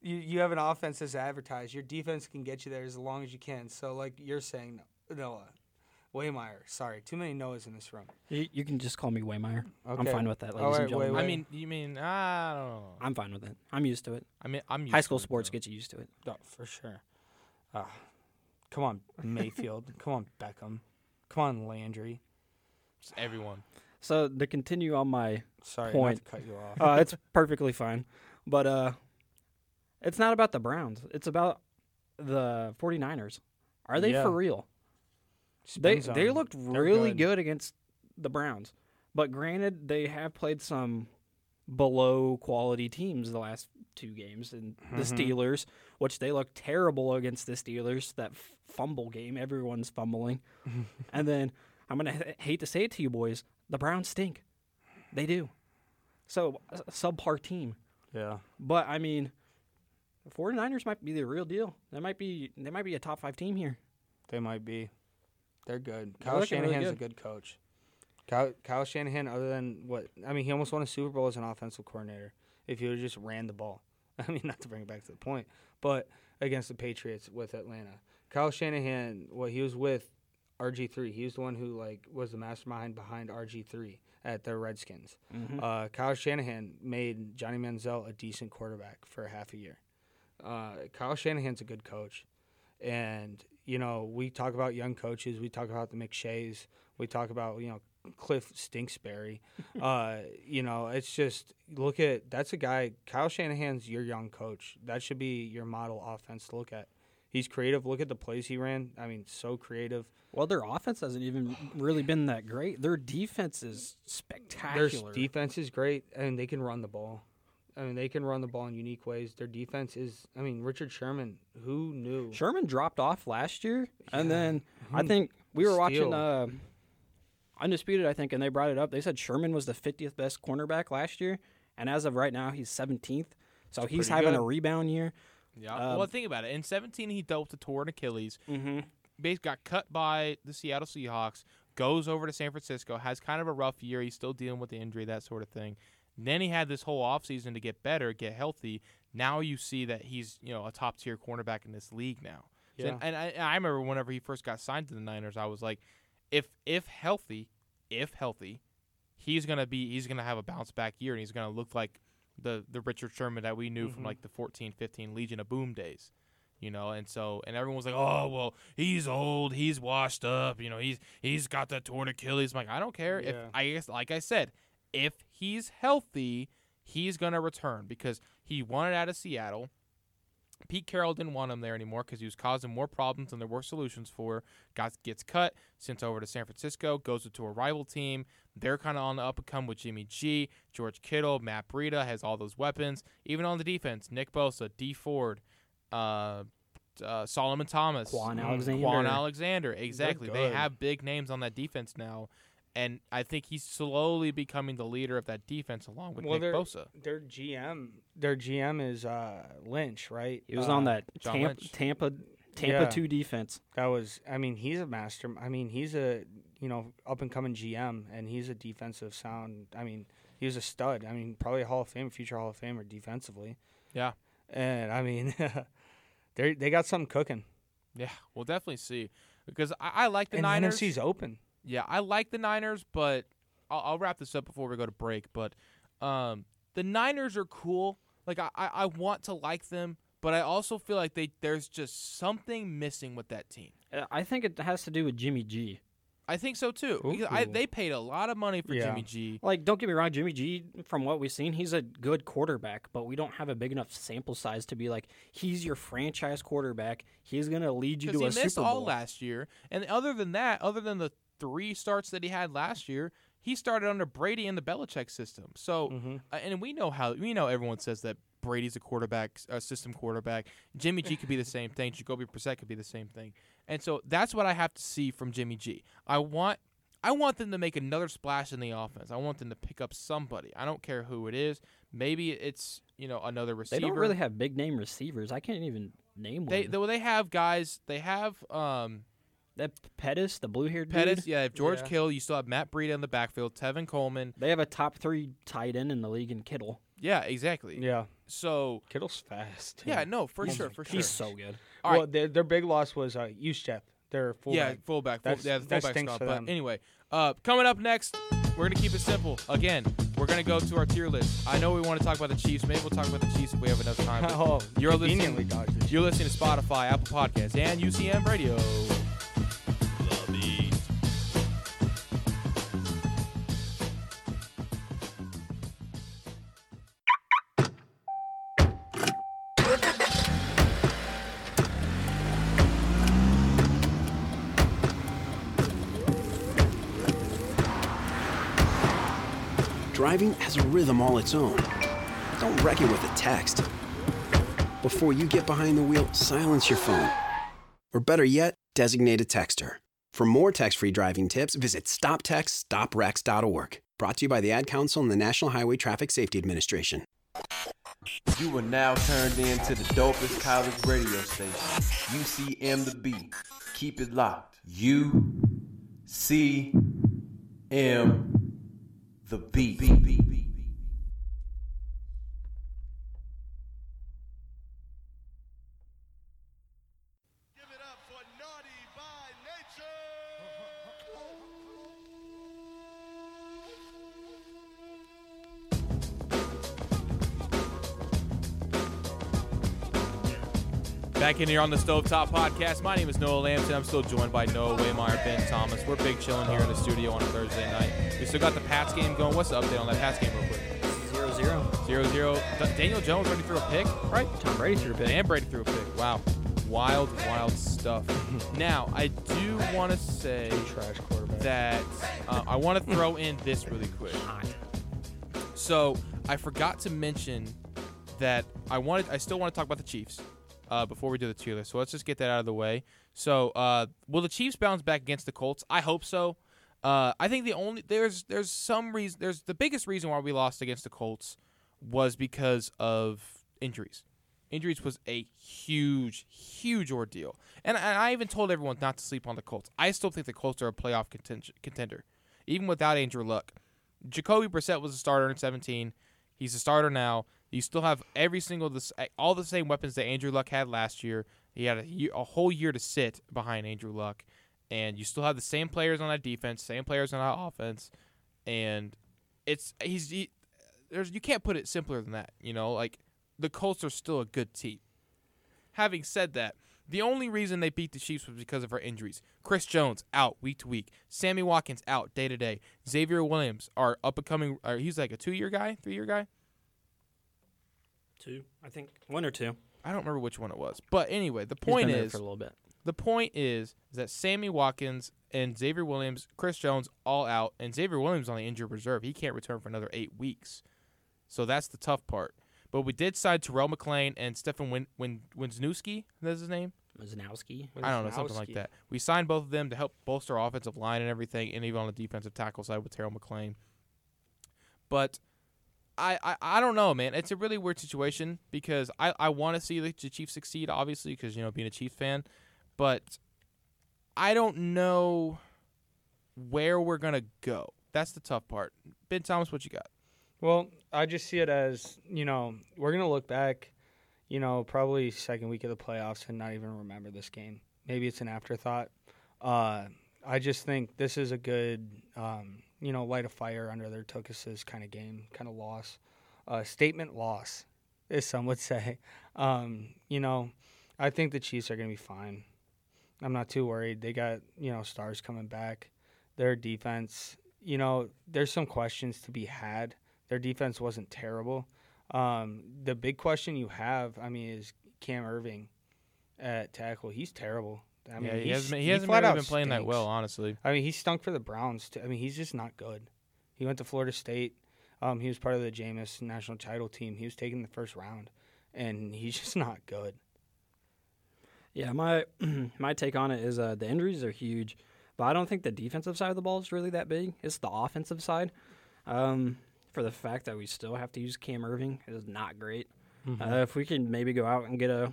S2: You you have an offense that's advertised. Your defense can get you there as long as you can. So like you're saying, Noah, Waymeyer. Sorry, too many Noahs in this room.
S3: you, you can just call me Waymire. I'm
S2: Okay.
S3: fine with that,
S2: All
S3: ladies
S2: right,
S3: and gentlemen.
S1: I
S2: Wait.
S1: mean, you mean I don't know.
S3: I'm fine with it. I'm used to it.
S1: I mean, I'm used
S3: High
S1: to
S3: school
S1: it,
S3: sports
S1: though.
S3: gets you used to it.
S2: No, Oh, for sure. Ah, come on, Mayfield. come on, Beckham. Come on, Landry.
S1: Just everyone.
S3: So to continue on my
S2: Sorry,
S3: Point.
S2: not to cut you off.
S3: uh, it's perfectly fine. But uh, it's not about the Browns. It's about the 49ers. Are they
S2: Yeah.
S3: for real? They
S2: Spin zone.
S3: they looked
S2: They're
S3: really good. against the Browns, but granted they have played some below quality teams the last two games and the
S2: Mhm.
S3: Steelers, which they looked terrible against the Steelers. That f- fumble game, everyone's fumbling, and then I'm gonna h- hate to say it to you boys, the Browns stink. They do. So a subpar team.
S2: Yeah.
S3: But I mean, the 49ers might be the real deal. They might be they might be a top 5 team here.
S2: They might be. They're good. Kyle
S3: looking really
S2: Shanahan's a good coach. Kyle, Kyle Shanahan, other than what I mean, he almost won a Super Bowl as an offensive coordinator. If he would have just ran the ball, I mean, not to bring it back to the point, but against the Patriots with Atlanta, Kyle Shanahan, well, he was with RG three. He was the one who like was the mastermind behind RG three at the Redskins. Uh, Kyle Shanahan made Johnny Manziel a decent quarterback for half a year. Uh, Kyle Shanahan's a good coach, and you know we talk about young coaches. We talk about the McShays. We talk about you know Cliff Stinksbury. uh, you know it's just look at that's a guy. Kyle Shanahan's your young coach. That should be your model offense to look at. He's creative. Look at the plays he ran. I mean, so creative.
S3: Well, their offense hasn't even really been that great. Their defense is
S2: Their
S3: spectacular.
S2: defense is great, and they can run the ball. I mean, they can run the ball in unique ways. Their defense is, I mean, Richard Sherman, who knew?
S3: Sherman dropped off last year, and
S2: Yeah.
S3: then I think we were watching
S2: Steal.
S3: uh, Undisputed, I think, and they brought it up. They said Sherman was the 50th best cornerback last year, and as of right now, he's 17th. So he's
S2: pretty
S3: having
S2: good.
S3: a rebound year.
S1: Yeah.
S3: Um,
S1: well, think about it. In 17, he dealt with a torn Achilles.
S3: Mm-hmm.
S1: Base got cut by the Seattle Seahawks. Goes over to San Francisco. Has kind of a rough year. He's still dealing with the injury, that sort of thing. Then he had this whole offseason to get better, get healthy. Now you see that he's you know a top tier cornerback in this league now. So-
S2: Yeah.
S1: and I, I remember whenever he first got signed to the Niners, I was like, if if healthy, if healthy, he's gonna be he's gonna have a bounce back year and he's gonna look like the the Richard Sherman that we knew from
S2: Mhm.
S1: like the 14, 15 Legion of Boom days. You know, and so and everyone was like, Oh well, he's old, he's washed up, you know, he's he's got that torn Achilles. I'm like, I don't care. If
S2: Yeah.
S1: I guess like I said, if he's healthy, he's gonna return because he wanted out of Seattle. Pete Carroll didn't want him there anymore because he was causing more problems than there were solutions for. Got gets cut, sent over to San Francisco, goes to a rival team. They're kind of on the up and come with Jimmy G, George Kittle, Matt Breida has all those weapons. Even on the defense, Nick Bosa, D Ford, uh, uh, Solomon Thomas,
S3: Quan
S2: Mm,
S3: Alexander.
S1: Quan Alexander. Exactly. They
S2: good.
S1: have big names on that defense now, and I think he's slowly becoming the leader of that defense along with
S2: Well,
S1: Nick
S2: they're-
S1: Bosa.
S2: Their GM, their GM is uh, Lynch, right?
S3: He was
S2: Uh,
S3: on that
S1: John
S3: Tampa,
S1: Lynch.
S3: Tampa Tampa
S2: Yeah.
S3: two defense.
S2: That was, I mean, he's a master. I mean, he's a you know up and coming GM, and he's a defensive sound. I mean, he was a stud. I mean, probably a Hall of Fame, future Hall of Famer defensively.
S1: Yeah.
S2: And I mean, they they got something cooking,
S1: Yeah, we'll definitely see because I, I like the
S2: and
S1: Niners.
S2: NFC's open.
S1: Yeah, I like the Niners, but I'll, I'll wrap this up before we go to break. But um, the Niners are cool. Like I, I, I want to like them, but I also feel like they there's just something missing with that team.
S3: Uh, I think it has to do with Jimmy G.
S1: I think so too. because I,
S2: Ooh.
S1: they paid a lot of money for
S2: Yeah.
S1: Jimmy G.
S3: Like, don't get me wrong, Jimmy G. From what we've seen, he's a good quarterback, but we don't have a big enough sample size to be like he's your franchise quarterback. He's gonna lead you
S1: because
S3: to
S1: he
S3: a
S1: missed
S3: Super
S1: all
S3: Bowl.
S1: last year. And other than that, other than the three starts that he had last year, he started under Brady in the Belichick system. So,
S2: Mm-hmm.
S1: uh, and we know how we know everyone says that Brady's a quarterback, a system quarterback. Jimmy G could be the same thing. Jacoby Brissett could be the same thing. And so that's what I have to see from Jimmy G. I want. I want them to make another splash in the offense. I want them to pick up somebody. I don't care who it is. Maybe it's you know another
S3: They
S1: receiver.
S3: don't really have big name receivers. I can't even name
S1: they
S3: one.
S1: though they have guys. They have um,
S3: that Pettis, the blue haired
S1: Pettis,
S3: dude.
S1: yeah. If George
S2: Yeah.
S1: Kittle, you still have Matt Breida in the backfield, Tevin Coleman.
S3: They have a top three tight end in the league in Kittle.
S1: Yeah, exactly.
S2: Yeah,
S1: So
S2: Kittle's fast.
S1: yeah, no, for
S2: He's-
S1: sure, for sure.
S3: He's so good.
S1: All right.
S2: well, their, their big loss was uh, Juszczyk, their
S1: yeah,
S2: fullback.
S1: fullback. Full,
S2: That's-
S1: yeah, the
S2: that
S1: fullback
S2: stinks
S1: spot.
S2: for
S1: But
S2: them.
S1: anyway, uh, coming up next, we're gonna keep it simple. Again, we're gonna go to our tier list. I know we want to talk about the Chiefs. Maybe we'll talk about the Chiefs if we have enough time. but
S2: oh,
S1: you're
S2: conveniently
S1: listening.
S2: dodged it.
S1: You're listening to Spotify, Apple Podcasts, and UCM Radio.
S4: Driving has a rhythm all its own. Don't wreck it with a text. Before you get behind the wheel, silence your phone. Or better yet, designate a texter. For more text-free driving tips, visit stoptextstoprex.org. Brought to you by the Ad Council and the National Highway Traffic Safety Administration.
S5: You are now turned in to the dopest college radio station, UCM the B. Keep it locked. U C M the B.
S6: Give it up for Naughty by Nature!
S1: Back in here on the Stovetop Podcast. My name is Noah Lamson. I'm still joined by Noah Waymeyer, Ben Thomas. We're big chilling here in the studio on a Thursday night. We still got the Pats game going. What's the update on that Pats game, real quick?
S3: Zero zero.
S1: Zero zero. D- Daniel Jones already threw a pick, right?
S3: Tom Brady threw a pick.
S1: And Brady threw a pick. Wow. Wild, wild stuff. now, I do want to say
S2: Trash quarterback.
S1: that uh, I want to throw in this really quick. So I forgot to mention that I wanted. I still want to talk about the Chiefs uh, before we do the tier list. So let's just get that out of the way. So uh, will the Chiefs bounce back against the Colts? I hope so. Uh, I think the only there's there's some reason there's the biggest reason why we lost against the Colts was because of injuries. Injuries was a huge, huge ordeal, and I, I even told everyone not to sleep on the Colts. I still think the Colts are a playoff contention, contender, even without Andrew Luck. Jacoby Brissett was a starter in 17. He's a starter now. You still have every single this all the same weapons that Andrew Luck had last year. He had a, ye- a whole year to sit behind Andrew Luck, and you still have the same players on that defense, same players on that offense, and it's he's he, there's you can't put it simpler than that. You know, like the Colts are still a good team. Having said that, the only reason they beat the Chiefs was because of our injuries. Chris Jones out week to week. Sammy Watkins out day to day. Xavier Williams, our up and coming, or he's like a two year guy, three year guy.
S3: Two, I think one or two.
S1: I don't remember which one it was. But anyway, the
S3: He's
S1: point
S3: been there
S1: is
S3: for a little bit.
S1: the point is that Sammy Watkins and Xavier Williams, Chris Jones all out, and Xavier Williams on the injured reserve. He can't return for another eight weeks. So that's the tough part. But we did sign Terrell McLean and Stefan Win- Win- Wisniewski. That's his name.
S3: Mazinowski.
S1: I don't know, something like that. We signed both of them to help bolster our offensive line and everything, and even on the defensive tackle side with Terrell McLean. But I, I, I don't know, man. It's a really weird situation because I, I want to see the, the Chiefs succeed, obviously, because, you know, being a Chiefs fan. But I don't know where we're going to go. That's the tough part. Ben Thomas, what you got?
S2: Well, I just see it as you know we're gonna look back, you know, probably second week of the playoffs and not even remember this game. Maybe it's an afterthought. Uh, I just think this is a good, um, you know, light a fire under their Tokus's kind of game, kind of loss, uh, statement loss, as some would say. Um, you know, I think the Chiefs are gonna be fine. I'm not too worried. They got you know stars coming back. Their defense, you know, there's some questions to be had. Their defense wasn't terrible. Um, the big question you have, I mean, is Cam Irving at tackle. He's terrible. I mean,
S1: yeah, he
S2: he's-
S1: hasn't, been- he
S2: he
S1: hasn't
S2: flat
S1: really
S2: out
S1: been playing that
S2: stinks.
S1: well, honestly.
S2: I mean, he stunk for the Browns. Too. I mean, he's just not good. He went to Florida State. Um, he was part of the Jameis national title team. He was taken the first round, and he's just not good.
S3: Yeah, my my take on it is uh, the injuries are huge, but I don't think the defensive side of the ball is really that big. It's the offensive side. Um, for the fact that we still have to use Cam Irving is not great.
S1: Mm-hmm.
S3: Uh, if we can maybe go out and get a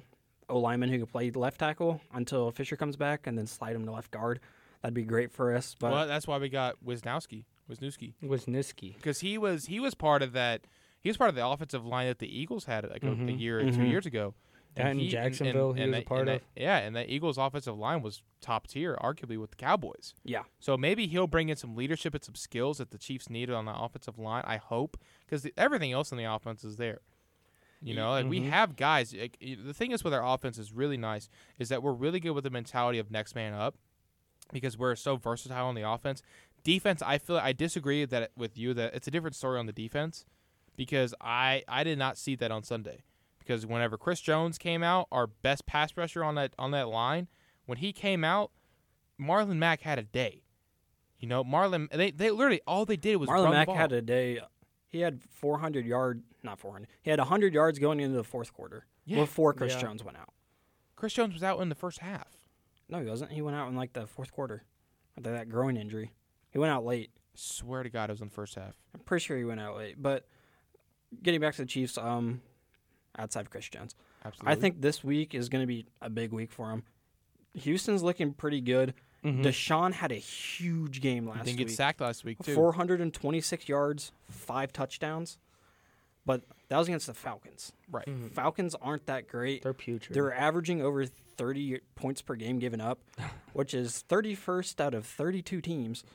S3: O lineman who can play left tackle until Fisher comes back, and then slide him to left guard, that'd be great for us. But
S1: well, that's why we got Wisnowski. Wisniewski.
S2: Wisniewski.
S1: because he was he was part of that he was part of the offensive line that the Eagles had like a- a, year or two years ago.
S2: Mm-hmm. That in
S1: he-
S2: Jacksonville he was a
S1: that-
S2: part
S1: that-
S2: of.
S1: yeah, and the Eagles' offensive line was top tier, arguably with the Cowboys.
S3: yeah,
S1: So maybe he'll bring in some leadership and some skills that the Chiefs needed on the offensive line. I hope because everything else in the offense is there. You know, like we have guys. Like, y- the thing is with our offense is really nice is that we're really good with the mentality of next man up because we're so versatile on the offense. Defense, I feel I disagree that with you that it's a different story on the defense because I I did not see that on Sunday because whenever Chris Jones came out, our best pass rusher on that on that line, when he came out, Marlon Mack had a day. You know, Marlon they, they literally all they did was run
S3: Marlon
S1: the
S3: Mack
S1: ball.
S3: had a day He had 400 yard, not 400. He had 100 yards going into the fourth quarter
S1: Yeah.
S3: before Chris
S2: Yeah.
S3: Jones went out.
S1: Chris Jones was out in the first half.
S3: No, he wasn't. He went out in like the fourth quarter after that groin injury. He went out late.
S1: Swear to God, it was in the first half.
S3: I'm pretty sure he went out late. But getting back to the Chiefs, um, outside of Chris Jones,
S1: Absolutely.
S3: I think this week is going to be a big week for him. Houston's looking pretty good.
S1: Mm-hmm.
S3: Deshaun had a huge game last
S1: didn't
S3: week.
S1: get sacked last week too.
S3: 426 yards, five touchdowns. But that was against the Falcons.
S1: Right.
S3: Falcons aren't that great.
S2: Mm-hmm. They're putrid.
S3: They're averaging over 30 points per game given up, which is 31st out of 32 teams.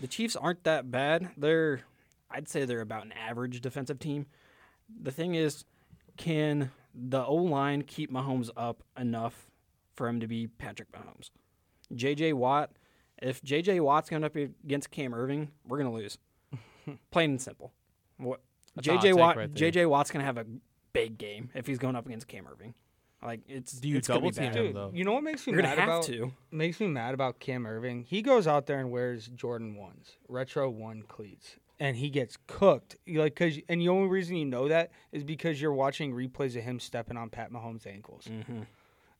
S3: the Chiefs aren't that bad. They're, I'd say they're about an average defensive team. The thing is, can the O line keep Mahomes up enough for him to be Patrick Mahomes? J.J. Watt, if J.J. Watt's going up against Cam Irving, we're going to lose. Plain and simple. What
S1: That's a hot
S3: J.J.
S1: take
S3: Watt,
S1: right there.
S3: J.J. Watt's going to have a big game if he's going up against Cam Irving. Like it's
S1: Do you
S3: it's gonna be
S1: double team
S3: bad.
S1: him?
S2: Dude,
S1: though.
S2: you know what makes me
S3: You're gonna
S2: mad
S3: have
S2: about
S3: to.
S2: makes me mad about Cam Irving. He goes out there and wears Jordan ones, retro one cleats, and he gets cooked. You Like, cause and the only reason you know that is because you're watching replays of him stepping on Pat Mahomes' ankles.
S3: Mm-hmm.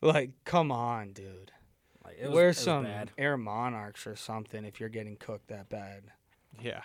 S2: Like, come on, dude.
S3: Like, it was, it
S2: Wear
S3: was
S2: some
S3: bad.
S2: Air Monarchs or something if you're getting cooked that bad.
S1: Yeah.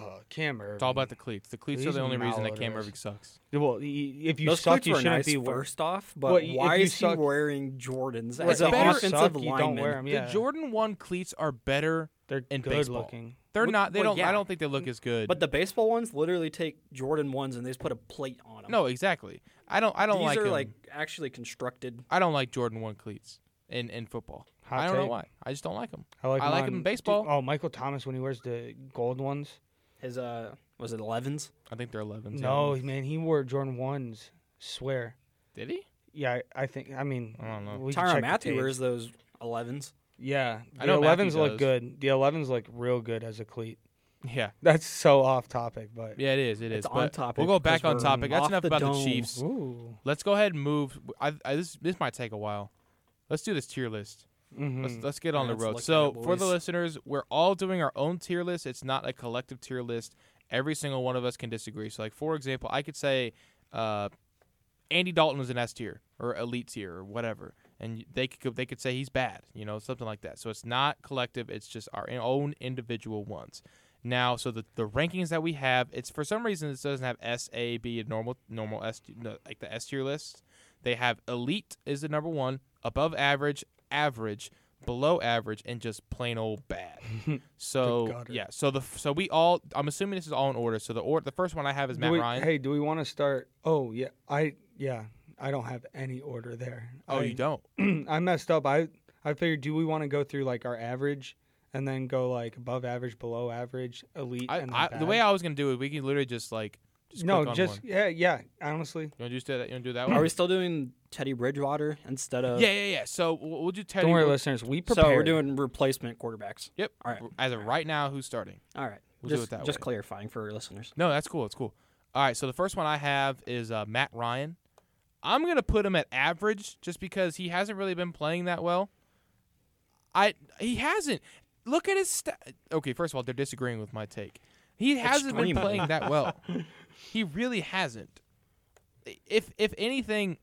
S2: Oh, Cam Irving.
S1: It's all about the cleats. The cleats are
S2: These
S1: the only reason that Cam
S2: malodors.
S1: Irving sucks.
S2: well. y- y- If you
S3: Those
S2: suck,
S3: cleats
S2: you
S3: were
S2: shouldn't
S3: nice
S2: be wearing.
S3: first off, but
S2: Well, y-
S3: why
S2: if you
S3: is he
S2: suck-
S3: wearing Jordans
S2: Right,
S3: as
S2: if
S3: an
S2: you
S3: offensive
S2: suck, you
S3: lineman?
S2: don't wear 'em, yeah.
S1: The Jordan One cleats are better.
S2: They're
S1: in
S2: good
S1: baseball.
S2: looking.
S1: They're
S3: Well,
S1: not. They
S3: well,
S1: don't.
S3: yeah.
S1: I don't think they look as good.
S3: But the baseball ones literally take Jordan ones and they just put a plate on them.
S1: no, exactly. I don't. I don't
S3: these
S1: like.
S3: are
S1: 'em.
S3: like actually constructed.
S1: I don't like Jordan One cleats in in football.
S2: Hot
S1: I don't know
S2: take.
S1: why. I just don't like them.
S2: I like,
S1: I like
S2: mine.
S1: them in baseball.
S2: Dude, oh, Michael Thomas when he wears the gold ones.
S3: His uh, was it elevens?
S1: I think they're 11s.
S2: No,
S1: yeah.
S2: man, he wore Jordan ones. Swear.
S1: did he?
S2: Yeah, I, I think. I mean,
S1: I don't know.
S2: we can
S3: Tyron
S2: check the
S3: Matthew
S2: tape.
S3: wears those elevens.
S2: Yeah, the
S1: I know Matthew
S2: elevens look
S1: does.
S2: good. The elevens look real good as a cleat.
S1: Yeah.
S2: That's so off topic, but
S1: Yeah, it is. It is.
S3: It's on
S1: but
S3: topic
S1: We'll go
S3: because
S1: back on
S3: we're
S1: topic. That's
S3: off
S1: enough
S3: the
S1: about the
S3: dome.
S1: Chiefs.
S2: ooh,
S1: Let's go ahead and move. I, I, this this might take a while. Let's do this tier list.
S2: Mm-hmm.
S1: Let's let's get on the
S3: Mm-hmm. Let's
S1: road.
S3: look
S1: So
S3: it up,
S1: for the
S3: boys.
S1: listeners, we're all doing our own tier list. It's not a collective tier list. Every single one of us can disagree. So like for example, I could say uh, Andy Dalton was an S tier or elite tier or whatever, and they could they could say he's bad, you know, something like that. So it's not collective; it's just our own individual ones. Now, so the, the rankings that we have, it's for some reason it doesn't have S, A, B, and normal normal S no, like the S tier list. They have elite is the number one, above average, average, below average, and just plain old bad. so
S2: gutter.
S1: yeah, so the so we all I'm assuming this is all in order. So the or, the first one I have is
S2: Do
S1: Matt
S2: we-
S1: Ryan.
S2: Hey, do we want to start? Oh yeah, I yeah, I don't have any order there.
S1: oh,
S2: I,
S1: you don't.
S2: I messed up. I I figured, do we want to go through like our average and then go like above average, below average, elite?
S1: I,
S2: and then
S1: I, the way
S2: bad?
S1: I was gonna do it, we can literally just like just
S2: no,
S1: click on
S2: just
S1: one.
S2: yeah, yeah. Honestly,
S1: You want to just do that? You want to do that
S3: Are
S1: one?
S3: we still doing Teddy Bridgewater instead of?
S1: yeah, yeah, yeah. So we'll, we'll do Teddy.
S2: don't worry,
S1: Brid-
S2: listeners. We
S3: So
S2: prepared.
S3: we're doing replacement quarterbacks.
S1: Yep.
S3: All right.
S1: As of right now, who's starting?
S3: All right.
S1: We'll do
S3: just
S1: it that
S3: just
S1: way.
S3: clarifying for our listeners.
S1: No, that's cool. It's cool. All right. So the first one I have is uh, Matt Ryan. I'm gonna put him at average just because he hasn't really been playing that well. I he hasn't. Look at his. St- okay, first of all, they're disagreeing with my take. He hasn't been
S3: Extremely.
S1: playing that well. he really hasn't. If if anything,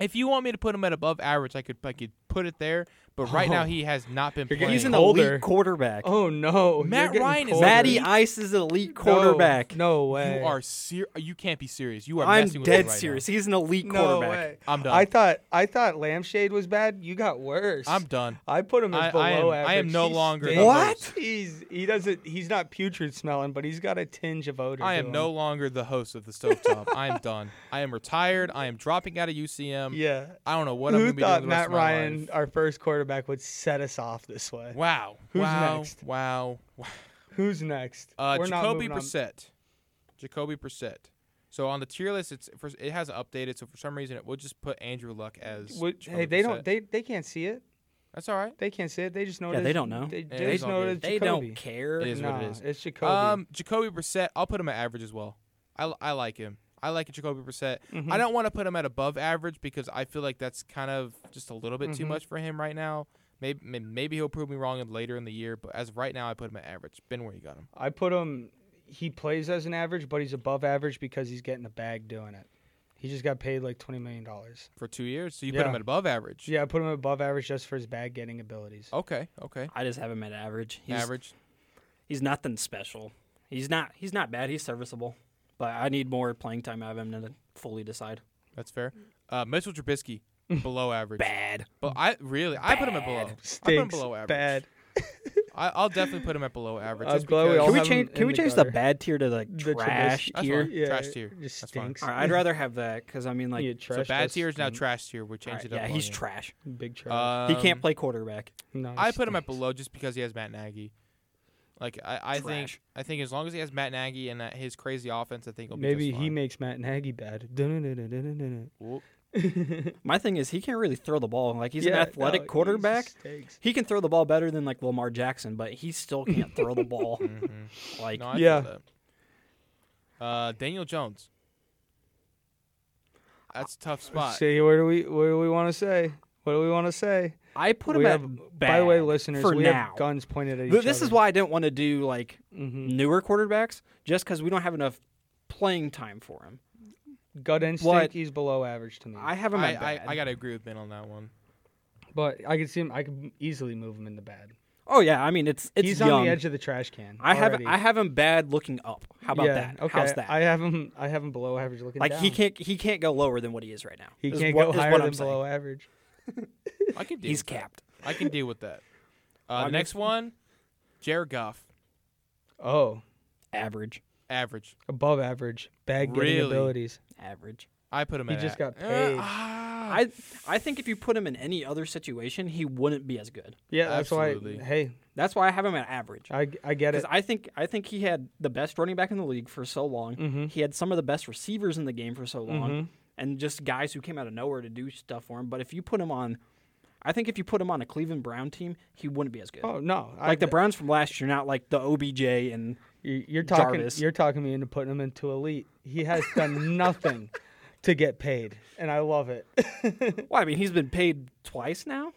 S1: if you want me to put him at above average, I could I could put it there. But right
S3: Oh.
S1: now, he has not been playing.
S2: getting
S3: He's an
S2: Colder.
S3: elite quarterback.
S2: Oh no, you're
S1: Matt
S2: getting
S1: Ryan is
S2: colder.
S1: Matty
S3: Matty Ice is an elite
S2: No,
S3: quarterback.
S2: No, way.
S1: You are ser- You can't be serious. You are.
S3: I'm
S1: messing with me
S3: dead
S1: right
S3: serious. He's an elite
S2: no
S3: quarterback.
S2: way.
S1: I'm done.
S2: I thought I thought Lampshade was bad. You got worse.
S1: Now. I'm done.
S2: I put him as
S1: I- I
S2: below
S1: am-
S2: average.
S1: I am no
S2: He
S1: longer
S2: stinks.
S1: What?
S2: He's he doesn't. He's not putrid smelling, but he's got a tinge of odor.
S1: I
S2: to
S1: am
S2: him.
S1: no longer the host of the Stovetop. I am done. I am retired. I am dropping out of UCM.
S2: Yeah.
S1: I don't know what I'm
S2: Who
S1: gonna be doing
S2: thought
S1: the
S2: Matt
S1: rest of my
S2: Ryan,
S1: life.
S2: our first quarterback, would set us off this way?
S1: Wow.
S2: Who's
S1: wow.
S2: next?
S1: Wow. wow.
S2: Who's next?
S1: Uh,
S2: We're not
S1: Jacoby
S2: moving on.
S1: Brissett. Jacoby Brissett. So on the tier list, it's for, it hasn't updated. So for some reason, it will just put Andrew Luck as.
S2: Would-
S1: Jacoby
S2: hey, they don't.
S1: Brissett.
S2: They they can't see it.
S1: That's all right.
S2: They can't see it. They just know. it
S3: Yeah,
S2: is-
S3: they don't know.
S2: They,
S1: Yeah,
S2: they
S1: it's
S2: just
S1: all
S2: know
S1: good.
S2: it is
S3: They
S2: Jacoby.
S3: don't care.
S1: It is
S2: nah,
S1: what it is.
S2: It's Jacoby.
S1: Um, Jacoby Brissett. I'll put him at average as well. I, li- I like him. I like Jacoby Brissett.
S2: Mm-hmm.
S1: I don't want to put him at above average because I feel like that's kind of just a little bit
S2: Mm-hmm.
S1: too much for him right now. Maybe may- maybe he'll prove me wrong in- later in the year, but as of right now, I put him at average. Ben, where you got him?
S2: I put him. he plays as an average, but he's above average because he's getting a bag doing it. He just got paid like twenty million dollars.
S1: for two years. So you put him
S2: Yeah.
S1: at above average.
S2: Yeah, I put him above average just for his bag getting abilities.
S3: Oh,
S1: Okay. Okay.
S3: I just have him at average. He's,
S1: average.
S3: He's nothing special. He's not. He's not bad. He's serviceable, but I need more playing time out of him to fully decide.
S1: That's fair. Uh, Mitchell Trubisky below average.
S3: Bad.
S1: But I really I put him at below. I put him
S2: Stinks.
S1: below average.
S2: Bad.
S1: I, I'll definitely put him at below average.
S2: I'm
S1: just
S2: glad we
S1: because-
S2: all
S3: Can we
S2: have him
S3: change?
S2: in
S3: Can we
S2: the
S3: change the
S2: gutter.
S3: bad tier to like
S2: The Trubisky-
S3: trash
S1: That's
S3: tier?
S1: fine. Trash tier.
S2: Just
S1: That's fine.
S2: stinks.
S3: All right, I'd rather have that because I mean, like,
S2: Yeah,
S1: So
S2: trash
S1: bad
S2: does
S1: tier is now
S2: stink.
S1: trash tier. We changed
S3: alright,
S1: it up.
S3: yeah,
S1: on
S3: he's
S1: you.
S3: trash. Uh,
S2: Big trash.
S3: He can't
S1: Um,
S3: play quarterback.
S2: No,
S1: I put him at
S2: stinks.
S1: below just because he has Matt Nagy. Like I, I think
S3: Trash.
S1: I think as long as he has Matt Nagy and that his crazy offense, I think he'll be
S2: Maybe
S1: just
S2: he
S1: fine.
S2: makes Matt Nagy bad. Dun-dun-dun-dun-dun-dun-dun.
S1: Whoop.
S3: My thing is he can't really throw the ball. Like he's an
S2: Yeah, no,
S3: athletic
S2: he
S3: quarterback.
S2: stinks.
S3: He can throw the ball better than like Lamar Jackson, but he still can't throw the ball.
S2: Mm-hmm.
S3: Like
S1: Mm-hmm. No, I feel
S2: Yeah.
S1: that. Uh, Daniel Jones. That's a tough spot.
S2: Say where do we what do we want to say? What do we want to say?
S3: I put him
S2: We
S3: at
S2: have-
S3: bad
S2: by the way, listeners,
S3: for
S2: we
S3: now.
S2: have guns pointed at each
S3: Th- this is
S2: other.
S3: why I didn't want to do like
S2: Mhm.
S3: newer quarterbacks, just because we don't have enough playing time for him.
S2: gut instinct.
S3: Mm-hmm. What-
S2: He's below average to me.
S3: I have him
S1: I,
S3: at
S1: I,
S3: bad.
S1: I gotta agree with Ben on that one.
S2: but I could see him. I could easily move him in the bad.
S3: oh yeah, I mean it's it's
S2: he's
S3: young.
S2: on the edge of the trash can.
S3: I have
S2: already.
S3: I have him bad looking up. How about
S2: yeah,
S3: that?
S2: Okay.
S3: How's that?
S2: I have him. I have him below average looking.
S3: like he
S2: down.
S3: can't he can't go lower than what he is right now.
S2: He
S3: is
S2: can't
S3: what-
S2: go
S3: is
S2: higher
S3: what
S2: than
S3: I'm saying.
S2: below average.
S1: I can deal.
S3: He's
S1: with that.
S3: capped.
S1: I can deal with that. Uh,
S3: mean-
S1: next one, Jared Goff,
S2: Oh,
S3: Average.
S1: average.
S2: above average. Bag getting
S1: Really? Uh, ah,
S2: abilities.
S3: Average.
S1: I put him.
S2: He
S1: at
S2: just
S1: that.
S2: got paid. Oh.
S3: I I think if you put him in any other situation, he wouldn't be as good.
S2: Yeah, that's
S1: Absolutely.
S2: why. Hey,
S3: That's why I have him at average.
S2: I, I get it.
S3: Because I think I think he had the best running back in the league for so long.
S2: Mm-hmm.
S3: He had some of the best receivers in the game for so long, and just guys who came out of nowhere to do stuff for him. But if you put him on, I think if you put him on a Cleveland Brown team, he wouldn't be as good.
S2: oh no, I,
S3: like the Browns from last year, not like the OBJ and
S2: you- you're talking.
S3: Jarvis.
S2: You're talking me into putting him into elite. He has done nothing to get paid, and I love it.
S3: well, I mean he's been paid twice now.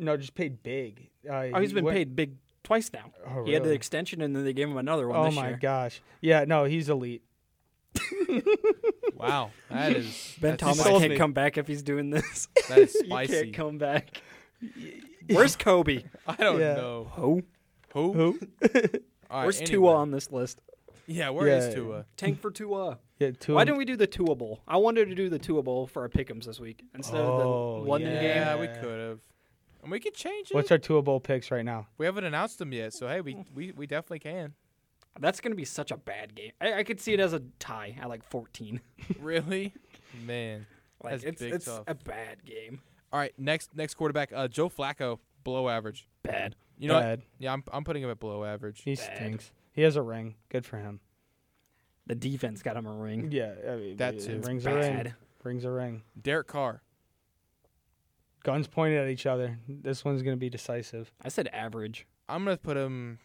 S2: no, just paid big. Uh,
S3: Oh, he's
S2: he
S3: been
S2: went-
S3: paid big twice now.
S2: Oh,
S3: He had the
S2: really?
S3: extension, and then they gave him another one.
S2: Oh
S3: this
S2: my
S3: year.
S2: gosh. Yeah, no, he's elite.
S1: wow, that is
S3: Ben
S1: that's
S3: Thomas
S1: spicy.
S3: can't come back if he's doing this.
S1: That is
S3: you
S1: spicy.
S3: can't come back. Oh. Where's Kobe?
S1: I don't
S2: Yeah.
S1: know
S3: Who?
S1: who. Who? All right,
S3: Where's
S1: anyway.
S3: Tua on this list?
S1: Yeah, where is
S2: Yeah.
S1: Tua?
S3: Tank for Tua.
S2: Yeah, two
S3: Why didn't we do the Tua Bowl? I wanted to do the Tua Bowl for our pickems this week instead
S2: Oh,
S3: of the London
S1: Yeah,
S3: game.
S1: we could have, and we could change it.
S2: What's our two bowl picks right now?
S1: we haven't announced them yet, so hey, we we, we definitely can.
S3: That's gonna be such a bad game. I, I could see it as a tie at like 14.
S1: Really, man,
S3: Like
S1: that's
S3: it's
S1: big
S3: it's
S1: tough.
S3: a bad game.
S1: All right, next next quarterback, uh, Joe Flacco, below average.
S3: Bad.
S1: You know, what?
S2: Bad.
S1: yeah, I'm I'm putting him at below average.
S2: He stinks. He has a ring. Good for him.
S3: The defense got him a ring.
S2: Yeah, I mean,
S1: That
S2: uh,
S1: too.
S2: Rings a ring.
S3: Bad.
S2: Rings a ring.
S1: Derek Carr,
S2: Guns pointed at each other. This one's gonna be decisive.
S3: I said average.
S1: I'm gonna put him.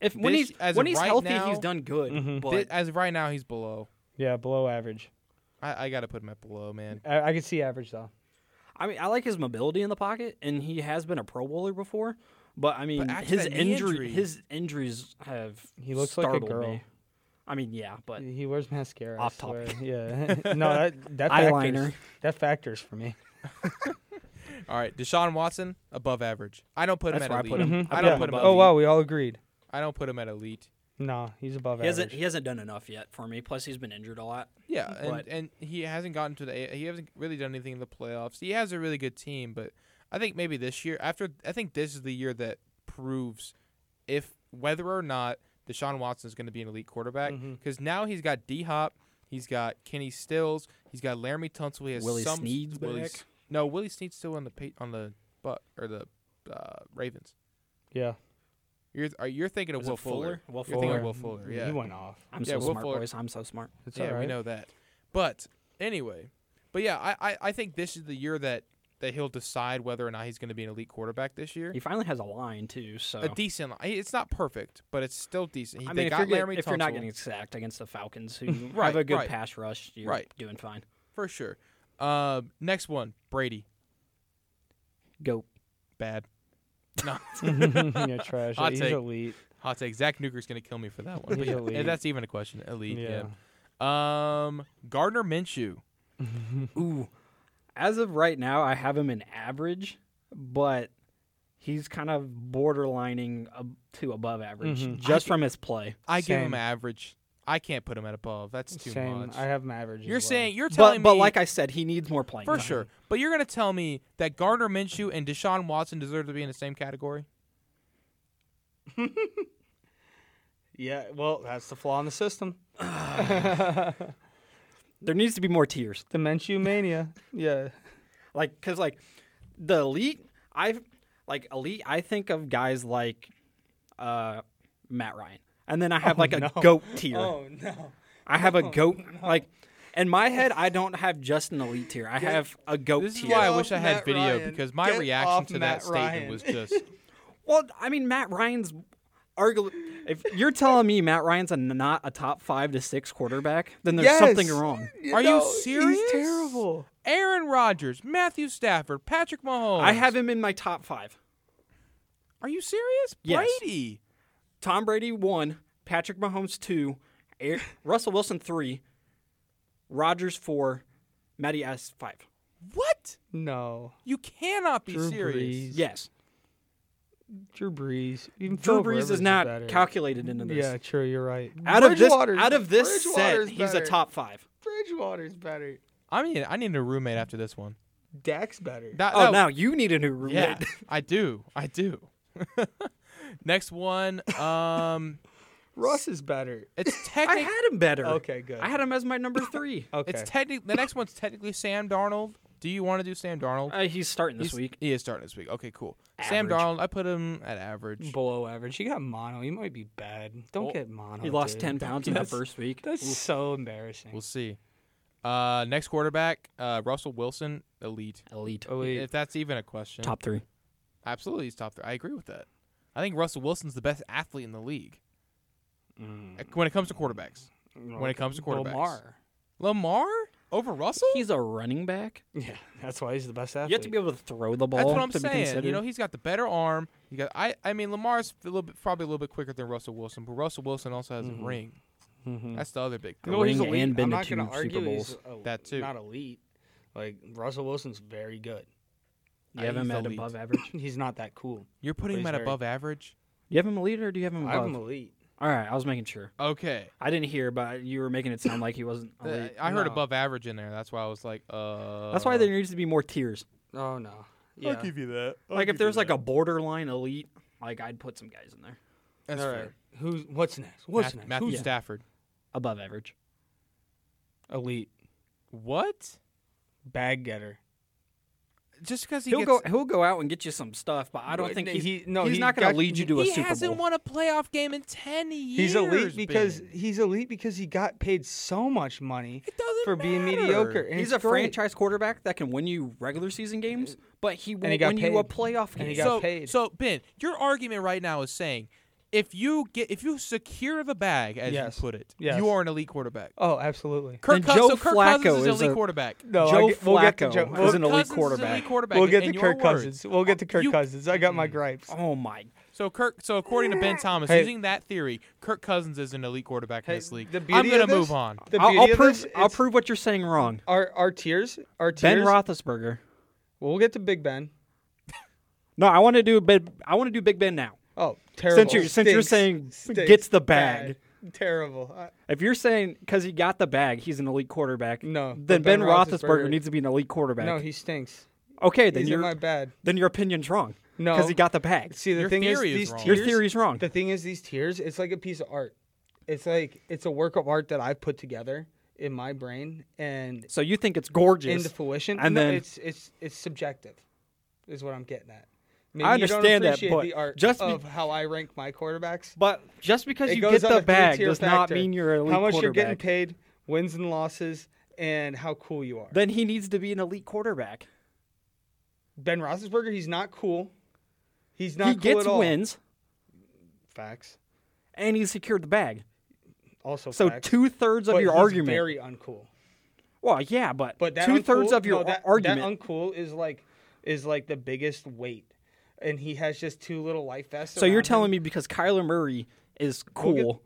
S3: If when
S1: This-
S3: he's
S1: as
S3: when
S1: of
S3: he's
S1: right
S3: healthy,
S1: now- mm-hmm.
S3: he's done good. But
S1: thi- as of right now, he's below.
S2: Yeah, below average.
S1: I, I gotta put him at below, man.
S2: I, I could see average though.
S3: I mean, I like his mobility in the pocket, and he has been a Pro Bowler before. But I mean,
S1: after
S3: his
S1: that knee
S3: injury,
S1: injury-
S3: his injuries have
S2: He looks like a
S3: startled
S2: girl.
S3: Me. I mean, yeah,
S1: Uh,
S3: but
S2: He wears mascara.
S3: Off
S2: I swear.
S3: topic.
S2: Yeah. no, that that
S3: Eyeliner.
S2: factors. That factors for me.
S1: All right, Deshaun Watson, above average. I don't put him at
S3: That's where I
S1: elite.
S3: put him.
S1: I
S3: I
S1: don't
S2: Yeah.
S1: put him. At
S2: Oh
S1: elite.
S2: wow, we all agreed.
S1: I don't put him at elite.
S2: No, he's above
S3: he hasn't
S2: average.
S3: he hasn't done enough yet for me. Plus, he's been injured a lot.
S1: Yeah, and,
S3: But-
S1: and he hasn't gotten to the. A- He hasn't really done anything in the playoffs. He has a really good team, but I think maybe this year after I think this is the year that proves if whether or not Deshaun Watson is going to be an elite quarterback
S3: Mm-hmm.
S1: because now he's got D Hop, he's got Kenny Stills, he's got Laramie Tunsil, he has
S3: Willie
S1: some
S3: Snead's
S1: Willie
S3: back.
S1: S- No, Willie Snead's still on the pa- on the butt or the uh, Ravens.
S2: yeah.
S1: You're are, you're thinking of
S3: Was it
S1: Will Fuller.
S3: Fuller? Mm, Will
S1: You're thinking of
S2: Fuller.
S1: Will Fuller. Yeah,
S2: He went off.
S3: I'm
S1: Yeah,
S3: so
S1: Will
S3: smart,
S1: Fuller-
S3: boys. I'm so smart.
S2: It's
S1: yeah,
S2: all right.
S1: we know that. But anyway, but yeah, I, I, I think this is the year that, that he'll decide whether or not he's going to be an elite quarterback this year.
S3: He finally has a line too. So
S1: A decent. li- It's not perfect, but it's still decent. He,
S3: I
S1: they
S3: mean, if,
S1: got
S3: you're, get-
S1: Laramie
S3: if you're not
S1: Tunsil,
S3: getting sacked against the Falcons, who
S1: Right,
S3: have a good
S1: right.
S3: pass rush, you're
S1: Right.
S3: doing fine.
S1: for sure. Um, next one, Brady,
S3: Go.
S1: bad. No,
S2: You're trash.
S1: Hot
S2: He's
S1: take.
S2: elite.
S1: hot take. Zach Nuker's gonna kill me for that one. But
S2: He's
S1: yeah,
S2: elite.
S1: that's even a question. Elite.
S2: Yeah.
S1: Yeah. Um, Gardner Minshew.
S3: Ooh. As of right now, I have him in average, but he's kind of borderlining ab- to above average
S1: Mm-hmm.
S2: Mhm.
S3: just from his play.
S1: I give him
S2: Same.
S1: average. I can't put him at above. That's too
S2: Same.
S1: much.
S2: I have him average. as
S1: you're
S2: well.
S1: saying you're
S3: But
S1: telling
S3: but
S1: me
S3: like I said, he needs more playing
S1: for
S3: time.
S1: sure. But you're gonna tell me that Gardner Minshew and Deshaun Watson deserve to be in the same category?
S2: Yeah. Well, that's the flaw in the system.
S3: There needs to be more tiers.
S2: Dementia mania. Yeah.
S3: Like cuz like the elite I've like elite I think of guys like uh Matt Ryan. And then I
S1: Oh,
S3: have like a
S2: no.
S3: goat tier.
S2: no.
S3: I have a goat like in my head I don't have just an elite tier. I have a goat
S1: This is
S3: tier.
S1: why I
S2: off
S1: wish I had
S2: Matt
S1: video
S2: Ryan.
S1: because my
S2: Get
S1: reaction
S2: off
S1: to
S2: Matt
S1: that statement
S2: Ryan.
S1: was just
S3: Well, I mean, Matt Ryan's argu- If you're telling me Matt Ryan's a, not a top five to six quarterback, then there's something
S2: Yes.
S3: wrong.
S1: Are you
S2: No,
S1: serious?
S2: He's terrible.
S1: Aaron Rodgers, Matthew Stafford, Patrick Mahomes.
S3: I have him in my top five.
S1: Are you serious?
S3: Yes.
S1: Brady.
S3: Tom Brady one, Patrick Mahomes two, Air- Russell Wilson three, Rogers four, Matty S five.
S1: What?
S2: No.
S1: You cannot be
S2: Drew
S1: serious.
S2: Brees.
S3: Yes,
S2: Drew Brees. Even
S3: Drew
S2: Philip Rivers
S3: Brees is not
S2: better.
S3: calculated into this.
S2: Yeah, true. You're right.
S3: Out of this,
S2: Bridgewater's-
S3: out of this set,
S2: Bridgewater's
S3: he's a
S2: better.
S3: top five.
S2: Bridgewater's better.
S1: I mean, I need a roommate after this one.
S2: Dak's better.
S1: That-
S3: Oh,
S1: that-
S3: now you need a new roommate.
S1: yeah, I do. I do. Next one. Um,
S2: Russ is better.
S1: it's
S3: I
S1: technically
S3: had him better.
S2: Okay, good.
S3: I had him as my number three.
S2: Okay.
S1: it's technically the next one's technically Sam Darnold. Do you want to do Sam Darnold?
S3: Uh, he's starting this
S1: He's-
S3: week.
S1: He is starting this week. Okay, cool. Sam
S3: Average.
S1: Darnold, I put him at average.
S2: below average. He got mono. He might be bad. Don't get mono.
S3: He lost
S2: dude.
S3: 10 pounds in the
S2: That's-
S3: first week.
S2: That's
S3: Oof.
S2: so embarrassing.
S1: We'll see. Uh, next quarterback, uh, Russell Wilson, elite.
S3: elite.
S2: Elite.
S1: If that's even a question.
S3: Top three.
S1: Absolutely, he's top three. I agree with that. I think Russell Wilson's the best athlete in the league Uh,
S3: Mm.
S1: when it comes to quarterbacks. When it comes to quarterbacks,
S2: Lamar.
S1: Lamar over Russell.
S3: He's a running back.
S2: Yeah, that's why he's the best athlete.
S3: You have to be able to throw the ball
S1: That's what I'm
S3: to be
S1: saying.
S3: considered.
S1: You know, he's got the better arm. You got I. I mean, Lamar's a little bit, probably a little bit quicker than Russell Wilson, but Russell Wilson also has
S3: Mm-hmm.
S1: a ring.
S2: Mm-hmm.
S1: That's the other big thing.
S3: No, he's
S2: elite.
S3: and been
S2: I'm
S3: to
S2: not gonna
S3: two Super
S2: argue he's,
S3: Bowls.
S2: uh,
S1: That too.
S2: Not elite. Like Russell Wilson's very good.
S3: you have him
S1: he's
S3: at
S1: elite.
S3: above average.
S2: He's not that cool.
S1: You're putting him
S2: he's
S1: at
S2: very-
S1: above average.
S3: You have him elite or do you have him above?
S2: I'm elite.
S3: All right, I was making sure.
S1: Okay,
S3: I didn't hear, but you were making it sound like Oh, he wasn't
S1: Uh,
S3: elite.
S1: I heard
S2: No.
S1: above average in there. That's why I was like, uh.
S3: That's why there needs to be more tiers.
S2: Oh no. Yeah.
S1: you that.
S3: like if there's like a borderline elite, like I'd put some guys in there
S1: That's
S2: All
S1: fair.
S2: right. Who's what's next? What's
S1: Math-
S2: next?
S1: Matthew
S2: Who's
S1: Stafford.
S3: above average.
S2: elite?
S1: What?
S2: Bag getter.
S1: Just because he
S3: He will
S1: gets
S3: go. He'll go out and get you some stuff, but I don't
S2: But
S3: think
S2: no,
S3: he's,
S2: he- no,
S3: he's
S2: he
S3: not going
S2: got-
S3: to lead you to a
S1: he
S3: Super
S1: hasn't
S3: Bowl.
S1: won a playoff game in ten years.
S2: He's elite because
S1: Ben.
S2: he's elite because he got paid so much money
S1: It doesn't
S2: for being
S1: matter.
S2: mediocre. And
S3: He's
S2: it's
S3: a
S2: great.
S3: franchise quarterback that can win you regular season games, but he won't
S2: he got
S3: win you a
S2: paid.
S3: playoff game.
S2: And he got
S1: so,
S2: paid.
S1: So Ben, your argument right now is saying if you get if you secure the bag, as
S2: Yes.
S1: you put it,
S2: Yes.
S1: you are an elite quarterback.
S2: Oh, absolutely.
S1: Kirk,
S3: And
S1: Cous-
S3: Joe
S1: so Kirk
S3: Flacco
S1: Cousins is
S3: is
S1: an elite
S3: a-
S1: quarterback.
S2: No,
S3: Joe
S2: I get, we'll get to
S3: Flacco
S2: Joe.
S3: is
S2: We'll,
S3: an elite
S1: Cousins is
S3: quarterback.
S1: quarterback
S2: we'll get
S1: in
S2: to
S1: your
S2: Kirk
S1: words.
S2: Cousins. We'll get to Kirk
S1: You-
S2: Cousins. I got my gripes.
S3: oh my!
S1: So Kirk, so according to Ben Thomas,
S2: Hey.
S1: using that theory, Kirk Cousins is an elite quarterback in
S2: Hey,
S1: this league.
S2: the
S1: I'm
S2: beauty
S1: gonna
S2: of this-
S1: move on.
S2: The
S3: I'll,
S2: beauty
S3: I'll
S2: of
S3: prove.
S2: this,
S3: I'll
S2: it's
S3: prove what you're saying wrong.
S2: Our our tiers. Our tiers.
S3: Ben Roethlisberger.
S2: Well, we'll get to Big Ben.
S3: No, I want to do. Big, I want to do Big Ben now.
S2: Oh, terrible.
S3: you're- since you're
S2: Stinks.
S3: saying
S2: Stinks.
S3: gets the bag.
S2: Bad. Terrible. I,
S3: If you're saying because he got the bag, he's an elite quarterback.
S2: No,
S3: then
S2: but Ben
S3: Ben, Roethlisberger,
S2: Roethlisberger-
S3: needs to be an elite quarterback.
S2: no, he stinks.
S3: okay, then
S2: He's in my
S3: your
S2: bad.
S3: then your opinion's wrong.
S2: No.
S3: because he got the bag.
S2: See, the
S1: Your
S2: thing is,
S1: theory is
S2: these
S1: wrong.
S3: your
S2: tiers.
S3: theory's wrong.
S2: The thing is, these tiers, it's like a piece of art. It's like it's a work of art that I've put together in my brain and
S3: so you think it's gorgeous
S2: into fruition.
S3: and
S2: No,
S3: then
S2: it's it's it's subjective, is what I'm getting at. Maybe you
S3: understand
S2: don't
S3: that,
S2: appreciate
S3: but
S2: the art
S3: just be-
S2: of how I rank my quarterbacks.
S3: But just because
S2: It
S3: you
S2: goes
S3: get
S2: on a
S3: the bag
S2: three-tier
S3: does not
S2: factor.
S3: mean you're an elite
S2: How much you're
S3: quarterback.
S2: getting paid, wins and losses, and how cool you are.
S3: Then he needs to be an elite quarterback.
S2: Ben Roethlisberger, he's not cool. He's not
S3: he
S2: cool
S3: gets
S2: at all.
S3: wins
S2: Facts.
S3: and he secured the bag.
S2: Also,
S3: So
S2: facts.
S3: two thirds of
S2: But
S3: your
S2: he's
S3: argument.
S2: Very uncool.
S3: well, yeah, but,
S2: But that
S3: two thirds
S2: uncool-
S3: of your
S2: no, that,
S3: argument.
S2: That uncool is like is like the biggest weight and he has just two little life vests.
S3: So you're telling me because Kyler Murray is cool.
S2: get-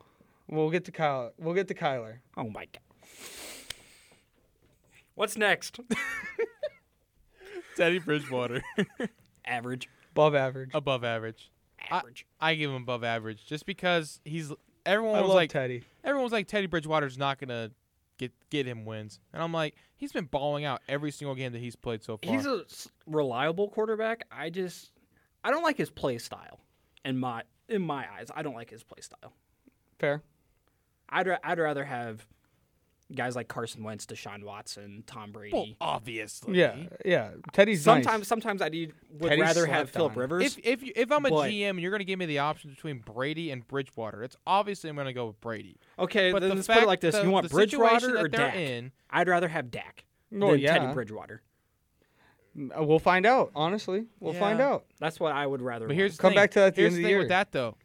S2: we'll get to Kyle. We'll get to Kyler.
S3: oh my god. What's next?
S1: Teddy Bridgewater,
S3: Average.
S2: Above average.
S1: above average.
S3: Average.
S1: I give him above average just because he's. Everyone
S2: I
S1: was
S2: love
S1: like,
S2: Teddy.
S1: everyone was like, Teddy Bridgewater's not gonna get get him wins, and I'm like, he's been balling out every single game that he's played so far.
S3: He's a s- reliable quarterback. I just I don't like his play style. In my in my eyes, I don't like his play style.
S2: Fair.
S3: I'd ra- I'd rather have guys like Carson Wentz, Deshaun Watson, Tom Brady.
S1: well, obviously.
S2: Yeah, yeah. Teddy's nice.
S3: sometimes sometimes I would would
S2: Teddy
S3: rather have
S2: slept
S3: Philip
S2: on.
S3: Rivers.
S1: If if you, if I'm a
S3: But-
S1: GM and you're gonna give me the option between Brady and Bridgewater, it's obviously I'm gonna go with Brady.
S3: Okay,
S1: But
S3: then
S1: the
S3: let's put it
S1: fact-
S3: like this:
S1: the-
S3: You want
S1: the situation
S3: Bridgewater
S1: that
S3: or
S1: they're
S3: Dak?
S1: in-
S3: I'd rather have Dak
S2: Well,
S3: than Teddy
S2: yeah.
S3: Bridgewater.
S2: Uh, we'll find out. Honestly, we'll find
S1: Yeah.
S2: out.
S3: That's what I would rather.
S1: But here's the
S2: Come
S1: thing.
S2: back to that at the
S1: here's
S2: end of
S1: the
S2: the
S1: thing
S2: year.
S1: with that though.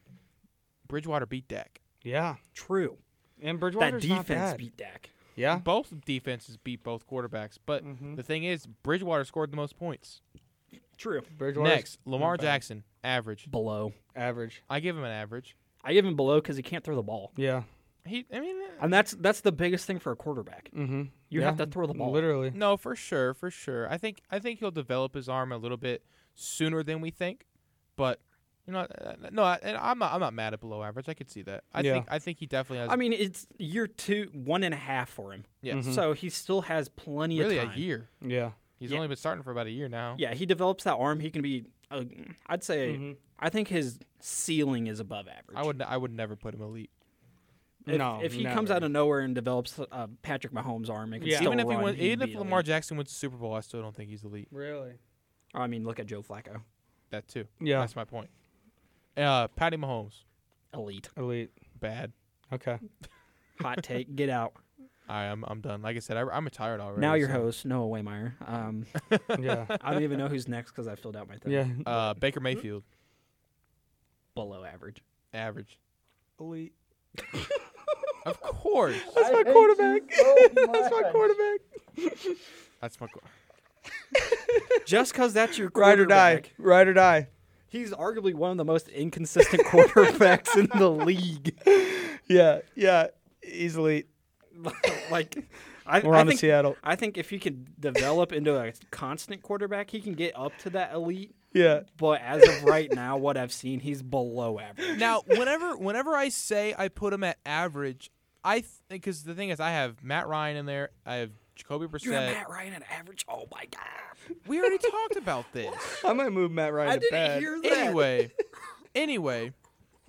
S1: Bridgewater beat Dak.
S2: Yeah,
S3: true.
S2: and
S3: That
S2: Bridgewater's not
S3: defense
S2: bad.
S3: beat Dak.
S2: yeah,
S1: Both defenses beat both quarterbacks, but
S3: Mm-hmm.
S1: the thing is, Bridgewater scored the most points.
S3: True.
S2: Bridgewater's
S1: Next, Lamar Jackson, average.
S3: Below.
S2: average.
S1: I give him an average.
S3: I give him below because he can't throw the ball,
S2: Yeah,
S1: He, I mean, eh,
S3: and that's that's the biggest thing for a quarterback.
S2: mm-hmm.
S3: You have to throw the ball.
S2: Literally,
S1: no, for sure, for sure. I think, I think he'll develop his arm a little bit sooner than we think, but. You know, uh, no, I, and I'm not. I'm not mad at below average. I could see that. I
S2: Yeah.
S1: think. I think he definitely has.
S3: I mean, it's year two, one and a half for him.
S1: Yeah.
S3: So he still has plenty
S1: Mm-hmm. really
S3: of
S1: a
S3: time.
S1: year.
S2: Mm-hmm. yeah.
S1: He's
S3: Yeah.
S1: only been starting for about a year now.
S3: Yeah, he develops that arm. He can be. Uh, I'd say.
S1: Mm-hmm.
S2: Mm-hmm.
S3: I think his ceiling is above average.
S1: I would. I would never put him elite.
S3: If,
S2: No,
S3: if he comes out
S2: never.
S3: of nowhere and develops uh, Patrick Mahomes' arm, and can
S2: Yeah.
S3: still
S1: Even if he
S3: run,
S1: won,
S3: he'd
S1: even
S3: be
S1: if Lamar
S3: elite.
S1: Jackson wins the Super Bowl, I still don't think he's elite.
S2: Really,
S3: I mean, look at Joe Flacco,
S1: That too.
S2: Yeah.
S1: That's my point. Uh, Patty Mahomes,
S3: elite.
S2: elite.
S1: bad.
S2: Okay,
S3: Hot take, get out.
S1: All right, I'm I'm done. Like I said, I, I'm retired already.
S3: now your
S1: so-
S3: host, Noah Waymeyer. Um,
S2: yeah,
S3: I don't even know who's next because I filled out my thing.
S2: yeah.
S1: Uh, Baker Mayfield,
S3: below average.
S1: average.
S2: Elite.
S1: Of course.
S2: That's my quarterback. That's my quarterback.
S1: That's my. qu-
S3: Just because that's your quarterback,
S2: Ride or die. Ride or die.
S3: he's arguably one of the most inconsistent quarterbacks in the league.
S2: Yeah, yeah. He's elite.
S3: like, I,
S2: We're
S3: I
S2: on to
S3: think,
S2: Seattle.
S3: I think if he could develop into a constant quarterback, he can get up to that elite.
S2: Yeah.
S3: But as of right now, what I've seen, he's below average.
S1: Now, whenever whenever I say I put him at average, I because the thing is, I have Matt Ryan in there. I have Jacoby
S3: You have
S1: Brissett.
S3: Matt Ryan at average. Oh my god!
S1: We already talked about this.
S2: I might move Matt Ryan.
S3: I
S2: to
S3: didn't
S2: bed.
S3: hear that.
S1: Anyway, anyway,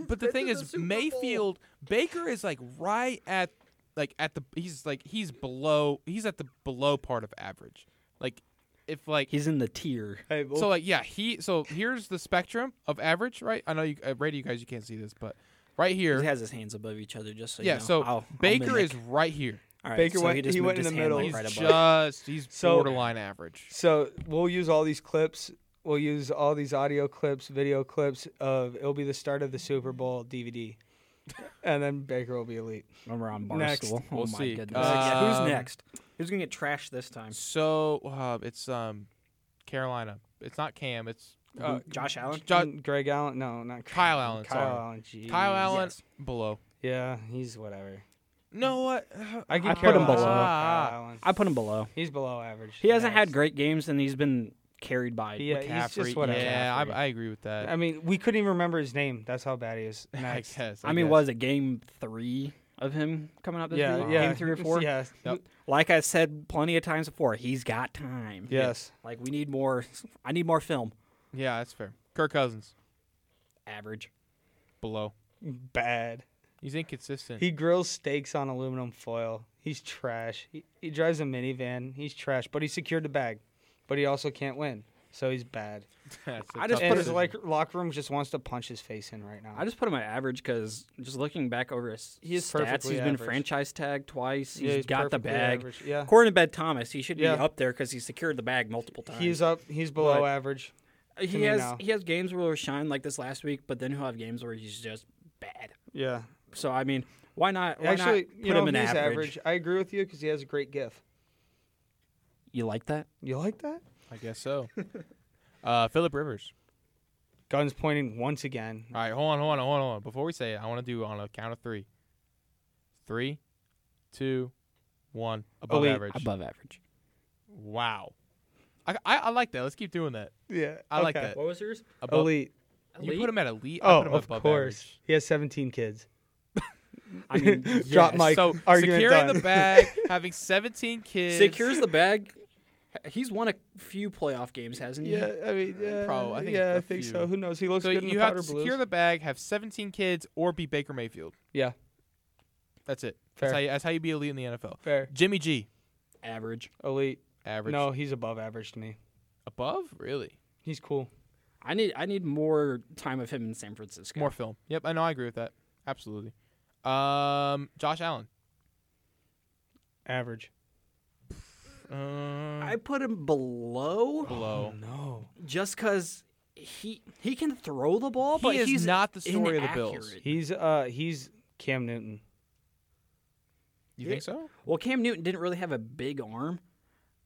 S1: but the thing is, Mayfield Baker is like right at like at the he's like he's below he's at the below part of average. Like if like
S3: he's in the tier.
S2: Hey, well,
S1: so like yeah he so here's the spectrum of average right. I know you uh, radio guys you can't see this but right here
S3: He has his hands above each other, just so
S1: yeah
S3: You know.
S1: so
S3: I'll- I'll
S1: Baker
S3: mimic.
S1: is right here.
S3: All right,
S2: Baker
S3: so
S2: went-
S3: He, just
S2: he went
S3: moved
S2: in
S3: his
S2: the
S3: hand,
S2: middle.
S3: like,
S1: He's
S3: right above.
S1: just he's
S2: So-
S1: borderline average.
S2: So we'll use all these clips. We'll use all these audio clips, video clips of it'll be the start of the Super Bowl DVD, and then Baker will be elite.
S3: When we're on Barstool.
S2: Next.
S3: Oh
S1: We'll
S3: my
S1: see.
S3: goodness. Yeah,
S1: Um,
S3: who's next? Who's gonna get trashed this time?
S1: So uh, it's um Carolina. It's not Cam. It's uh,
S3: Josh Allen.
S1: Jo-
S2: Mm, Greg Allen? No, not Greg
S1: Kyle Allen,
S2: Kyle
S1: sorry.
S2: Allen. Geez.
S1: Kyle Allen
S3: yes.
S1: below.
S2: Yeah, he's whatever.
S1: No, what?
S2: I,
S3: I
S2: can
S3: put him below.
S1: Ah.
S2: Kyle Allen.
S3: I put him below.
S2: He's below average.
S3: He hasn't had
S2: Next.
S3: great games, and he's been carried by.
S2: Yeah, he's just whatever.
S1: Yeah, I, I agree with that.
S2: I mean, we couldn't even remember his name. That's how bad he is.
S1: I
S2: Next.
S1: guess.
S3: I mean,
S1: guess.
S3: was it game three of him coming up this
S2: Yeah,
S3: week?
S2: yeah.
S3: Game three or four?
S2: Yeah.
S1: Yep.
S3: Like I said plenty of times before, he's got time.
S2: Yes.
S3: Like we need more. I need more film.
S1: Yeah, that's fair. Kirk Cousins
S3: Average.
S1: below.
S2: Bad.
S1: He's inconsistent.
S2: He grills steaks on aluminum foil. He's trash. He, he drives a minivan. He's trash, but he secured the bag. But he also can't win, so he's bad.
S1: That's a
S3: I just
S1: tough
S2: And his
S1: decision.
S2: like locker room just wants to punch his face in right now.
S3: I just put him at average because just looking back over his
S2: He is
S3: stats,
S2: perfectly
S3: he's been
S2: average.
S3: franchise tagged twice.
S2: Yeah,
S3: he's
S2: he's
S3: got the
S2: perfectly
S3: bag.
S2: average, yeah.
S3: According to Bed Thomas, he should
S2: Yeah.
S3: be up there because he secured the bag multiple times.
S2: he's up. He's below
S3: But-
S2: average.
S3: he
S2: me
S3: has
S2: now.
S3: he has games where he'll shine like this last week, but then he'll have games where he's just bad.
S2: Yeah.
S3: So I mean, why not? Why
S2: Actually,
S3: not put
S2: you know he's
S3: him in
S2: average.
S3: average?
S2: I agree with you because he has a great gif.
S3: You like that?
S2: You like that?
S1: I guess so. uh, Philip Rivers
S2: Guns pointing once again.
S1: All right, hold on, hold on, hold on, hold on. Before we say it, I want to do on a count of three. Three, two, one. Above
S2: wait.
S1: average.
S3: Above average.
S1: Wow. I, I, I like that. Let's keep doing that.
S2: Yeah,
S1: I like that.
S3: What was yours?
S1: Above,
S2: Elite.
S1: You put him at elite. I
S2: Oh,
S1: put him
S2: of
S1: above
S2: course.
S1: average.
S2: He has 17 kids.
S3: I mean,
S2: Drop
S3: yes.
S2: mic.
S1: so
S2: argument
S1: securing the
S2: done.
S1: bag, having 17 kids.
S3: Secures the bag. He's won a few playoff games, hasn't he?
S2: I mean, yeah,
S1: Pro, Uh, I think
S2: yeah,
S1: a
S2: I think
S1: few.
S2: so. Who knows? He looks
S1: So
S2: good in the
S1: you have
S2: powder
S1: to
S2: blues.
S1: secure the bag, have 17 kids, or be Baker Mayfield.
S2: yeah,
S1: That's it.
S2: Fair.
S1: That's how, you, that's how you be elite in the NFL.
S2: fair.
S1: Jimmy G,
S3: Average.
S2: Elite.
S1: average.
S2: No, he's above average to me.
S1: Above? Really?
S2: He's cool.
S3: I need I need more time of him in San Francisco.
S1: More film. Yep, I know. I agree with that. Absolutely. Um, Josh Allen.
S2: Average.
S1: Um,
S3: I put him below
S1: below.
S2: No.
S3: just because he he can throw the ball,
S1: He
S3: but
S1: is
S3: he's
S1: not the story of the Bills.
S3: inaccurate.
S2: He's uh he's Cam Newton.
S1: You think so?
S3: Well, Cam Newton didn't really have a big arm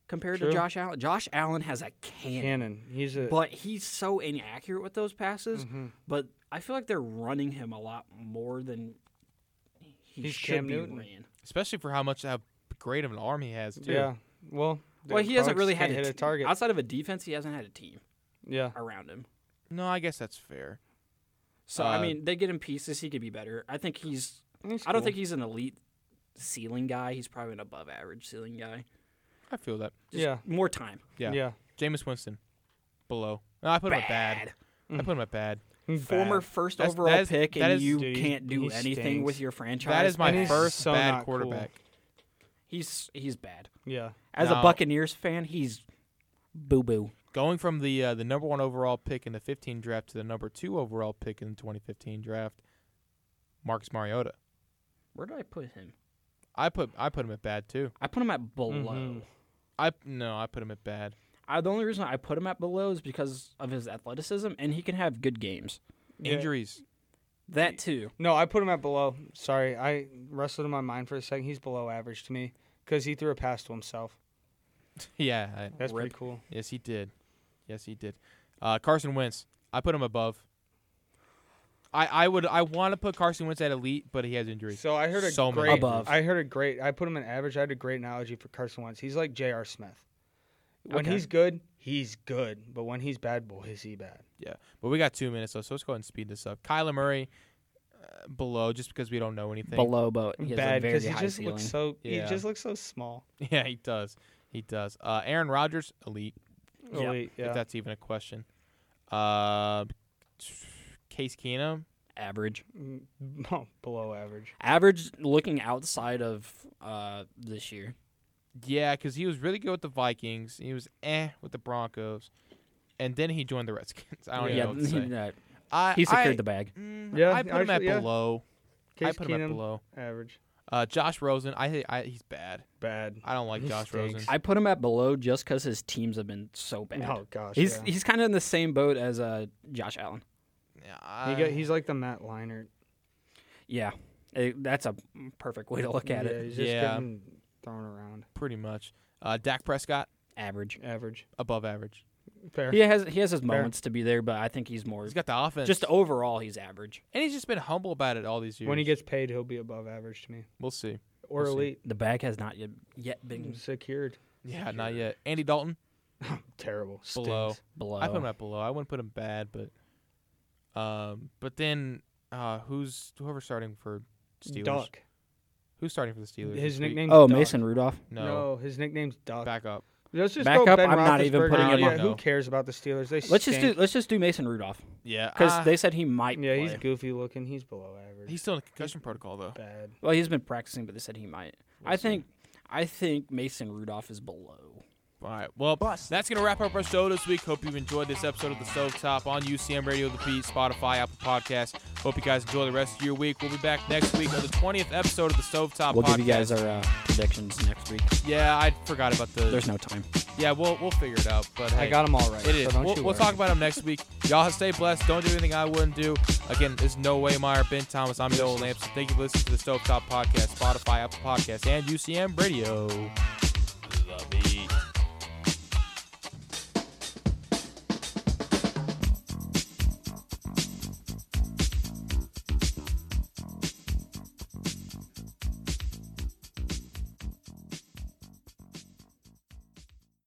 S3: compared
S2: True.
S3: to Josh Allen. Josh Allen has a cannon,
S2: Cannon. He's a
S3: but he's so inaccurate with those passes.
S1: Mm-hmm.
S3: But I feel like they're running him a lot more than he
S2: He's
S3: should
S2: Cam
S3: be
S2: Newton.
S3: ran.
S1: Especially for how much how great of an arm he has too.
S2: yeah. Well,
S3: Well,
S2: Derek
S3: he hasn't
S2: Carr
S3: really
S2: just
S3: had
S2: can't
S3: a,
S2: hit a
S3: te-
S2: target.
S3: outside of a defense. He hasn't had a team
S2: yeah.
S3: around him.
S1: No, I guess that's fair.
S3: So I
S1: Uh,
S3: mean, they get him pieces. He could be better. I think he's.
S2: He's
S3: I don't
S2: cool.
S3: think he's an elite ceiling guy. He's probably an above average ceiling guy.
S1: I feel that.
S3: Just
S2: Yeah.
S3: More time.
S1: Yeah.
S2: Yeah.
S1: Jameis Winston. Below. No, I put him at bad.
S3: Bad.
S1: I put him at bad.
S3: Former
S2: Bad.
S3: first
S1: That's-
S3: overall
S1: that is-
S3: pick,
S1: that
S3: and
S1: is-
S3: you
S2: Dude, he-
S3: can't do
S2: he
S3: anything
S2: stinks.
S3: with your franchise.
S1: That is
S2: And
S1: my
S2: he's
S1: first
S2: so not
S1: bad
S2: cool.
S1: quarterback.
S3: He's he's bad.
S2: Yeah.
S3: As
S1: No.
S3: a Buccaneers fan, he's boo boo.
S1: Going from the uh, the number one overall pick in the 15 draft to the number two overall pick in the 2015 draft, Marcus Mariota.
S3: Where did I put him?
S1: I put I put him at bad too.
S3: I put him at below.
S2: Mhm.
S1: I no, I put him at bad.
S3: I, the only reason I put him at below is because of his athleticism, and he can have good games.
S2: Yeah.
S1: Injuries.
S3: That too.
S2: No, I put him at below. Sorry, I wrestled in my mind for a second. He's below average to me because he threw a pass to himself.
S1: Yeah. I,
S2: That's
S3: Rip.
S2: pretty cool.
S1: yes, he did. Yes, he did. Uh, Carson Wentz. I put him above. I, I would I want to put Carson Wentz at elite, but he has injuries.
S2: So I heard a
S1: So many
S2: great.
S3: Above.
S2: I heard a great. I put him in average. I had a great analogy for Carson Wentz. He's like J.R. Smith. When
S3: Okay.
S2: he's good, he's good. But when he's bad, boy, is he bad.
S1: Yeah, but we got two minutes left, so let's go ahead and speed this up. Kyler Murray uh, below, just because we don't know anything.
S3: Below, but he has a
S2: bad
S3: very
S2: he
S3: high
S2: just
S3: ceiling.
S2: looks so.
S1: Yeah.
S2: He just looks so small.
S1: Yeah, he does. He does. Uh, Aaron Rodgers, elite,
S3: Yeah.
S2: Elite,
S1: if
S2: yeah.
S1: that's even a question. Uh, Case Keenum,
S3: average.
S2: No, Mm, oh, below average.
S3: Average looking outside of uh, this year.
S1: yeah, because he was really good with the Vikings. He was eh with the Broncos, and then he joined the Redskins. I don't
S3: yeah,
S1: even know what to
S3: he,
S1: say.
S3: uh,
S1: I,
S3: he secured
S1: I,
S3: the bag.
S1: mm,
S2: Yeah,
S1: I put him at
S2: actually, yeah.
S1: below. I
S2: Case
S1: put him
S2: Keenum,
S1: at below.
S2: average.
S1: Uh, Josh Rosen, I, I he's bad.
S2: Bad.
S1: I don't like
S2: He
S1: Josh
S2: stinks.
S1: Rosen.
S3: I put him at below just because his teams have been so bad.
S2: Oh gosh,
S3: he's
S2: yeah.
S3: he's kind of in the same boat as uh, Josh Allen.
S1: Yeah,
S2: He
S1: I-
S2: got, he's like the Matt Leinart.
S3: Yeah, Eh, that's a perfect way to look at
S2: yeah,
S3: it.
S2: He's just
S1: Yeah.
S2: getting thrown around.
S1: pretty much. Uh, Dak Prescott,
S3: Average.
S2: Average.
S1: above average.
S2: Fair.
S3: He has he has his
S2: Fair.
S3: moments to be there, but I think he's more
S1: He's got the offense.
S3: just overall he's average.
S1: and he's just been humble about it all these years.
S2: When he gets paid, he'll be above average to me.
S1: we'll see.
S2: Or
S1: We'll see.
S2: elite.
S3: The bag has not yet yet
S2: Mm,
S3: been
S2: Secured.
S1: Yeah, not yet. Andy Dalton
S2: Terrible. Stinks.
S1: below.
S3: below.
S1: I put him at below. I wouldn't put him bad, but um, but then uh, who's whoever's starting for Steelers?
S2: Duck.
S1: Who's starting for the Steelers? this
S2: His
S1: week?
S2: nickname's
S3: oh,
S2: Duck.
S3: Mason Rudolph.
S1: No,
S2: No, his nickname's Duck.
S1: back up.
S2: Let's just
S3: Back
S2: go
S3: up,
S2: Ben
S3: I'm not even
S2: Roethlisberger.
S3: putting him
S2: yeah,
S1: up.
S2: Who
S1: No.
S2: cares about the Steelers? They
S3: Let's just do
S2: stink.
S3: let's just do Mason Rudolph
S1: Yeah,
S3: because
S1: ah,
S3: they said he might.
S2: Yeah, he's
S3: play.
S2: goofy looking. He's below average.
S1: he's still in the concussion protocol though.
S2: bad.
S3: Well, he's been practicing, but they said he might. I think I think Mason Rudolph is below.
S1: All right. Well, that's going to wrap up our show this week. Hope you've enjoyed this episode of The Stovetop on UCM Radio, The Beat, Spotify, Apple Podcasts. Hope you guys enjoy the rest of your week. We'll be back next week on the 20th episode of The Stovetop
S3: We'll
S1: Podcast.
S3: give you guys our uh, predictions next week.
S1: yeah, I forgot about the.
S3: There's no time.
S1: yeah, we'll, we'll figure it out. But
S2: I
S1: hey,
S2: got him all right.
S1: It is.
S2: So don't
S1: we'll,
S2: you
S1: we'll
S2: worry.
S1: talk about them next week. Y'all stay blessed. Don't do anything I wouldn't do. Again, there's no way Meyer, Ben Thomas. I'm Noah Lamps. Thank you for listening to the Stovetop Podcast, Spotify, Apple Podcasts, and UCM Radio.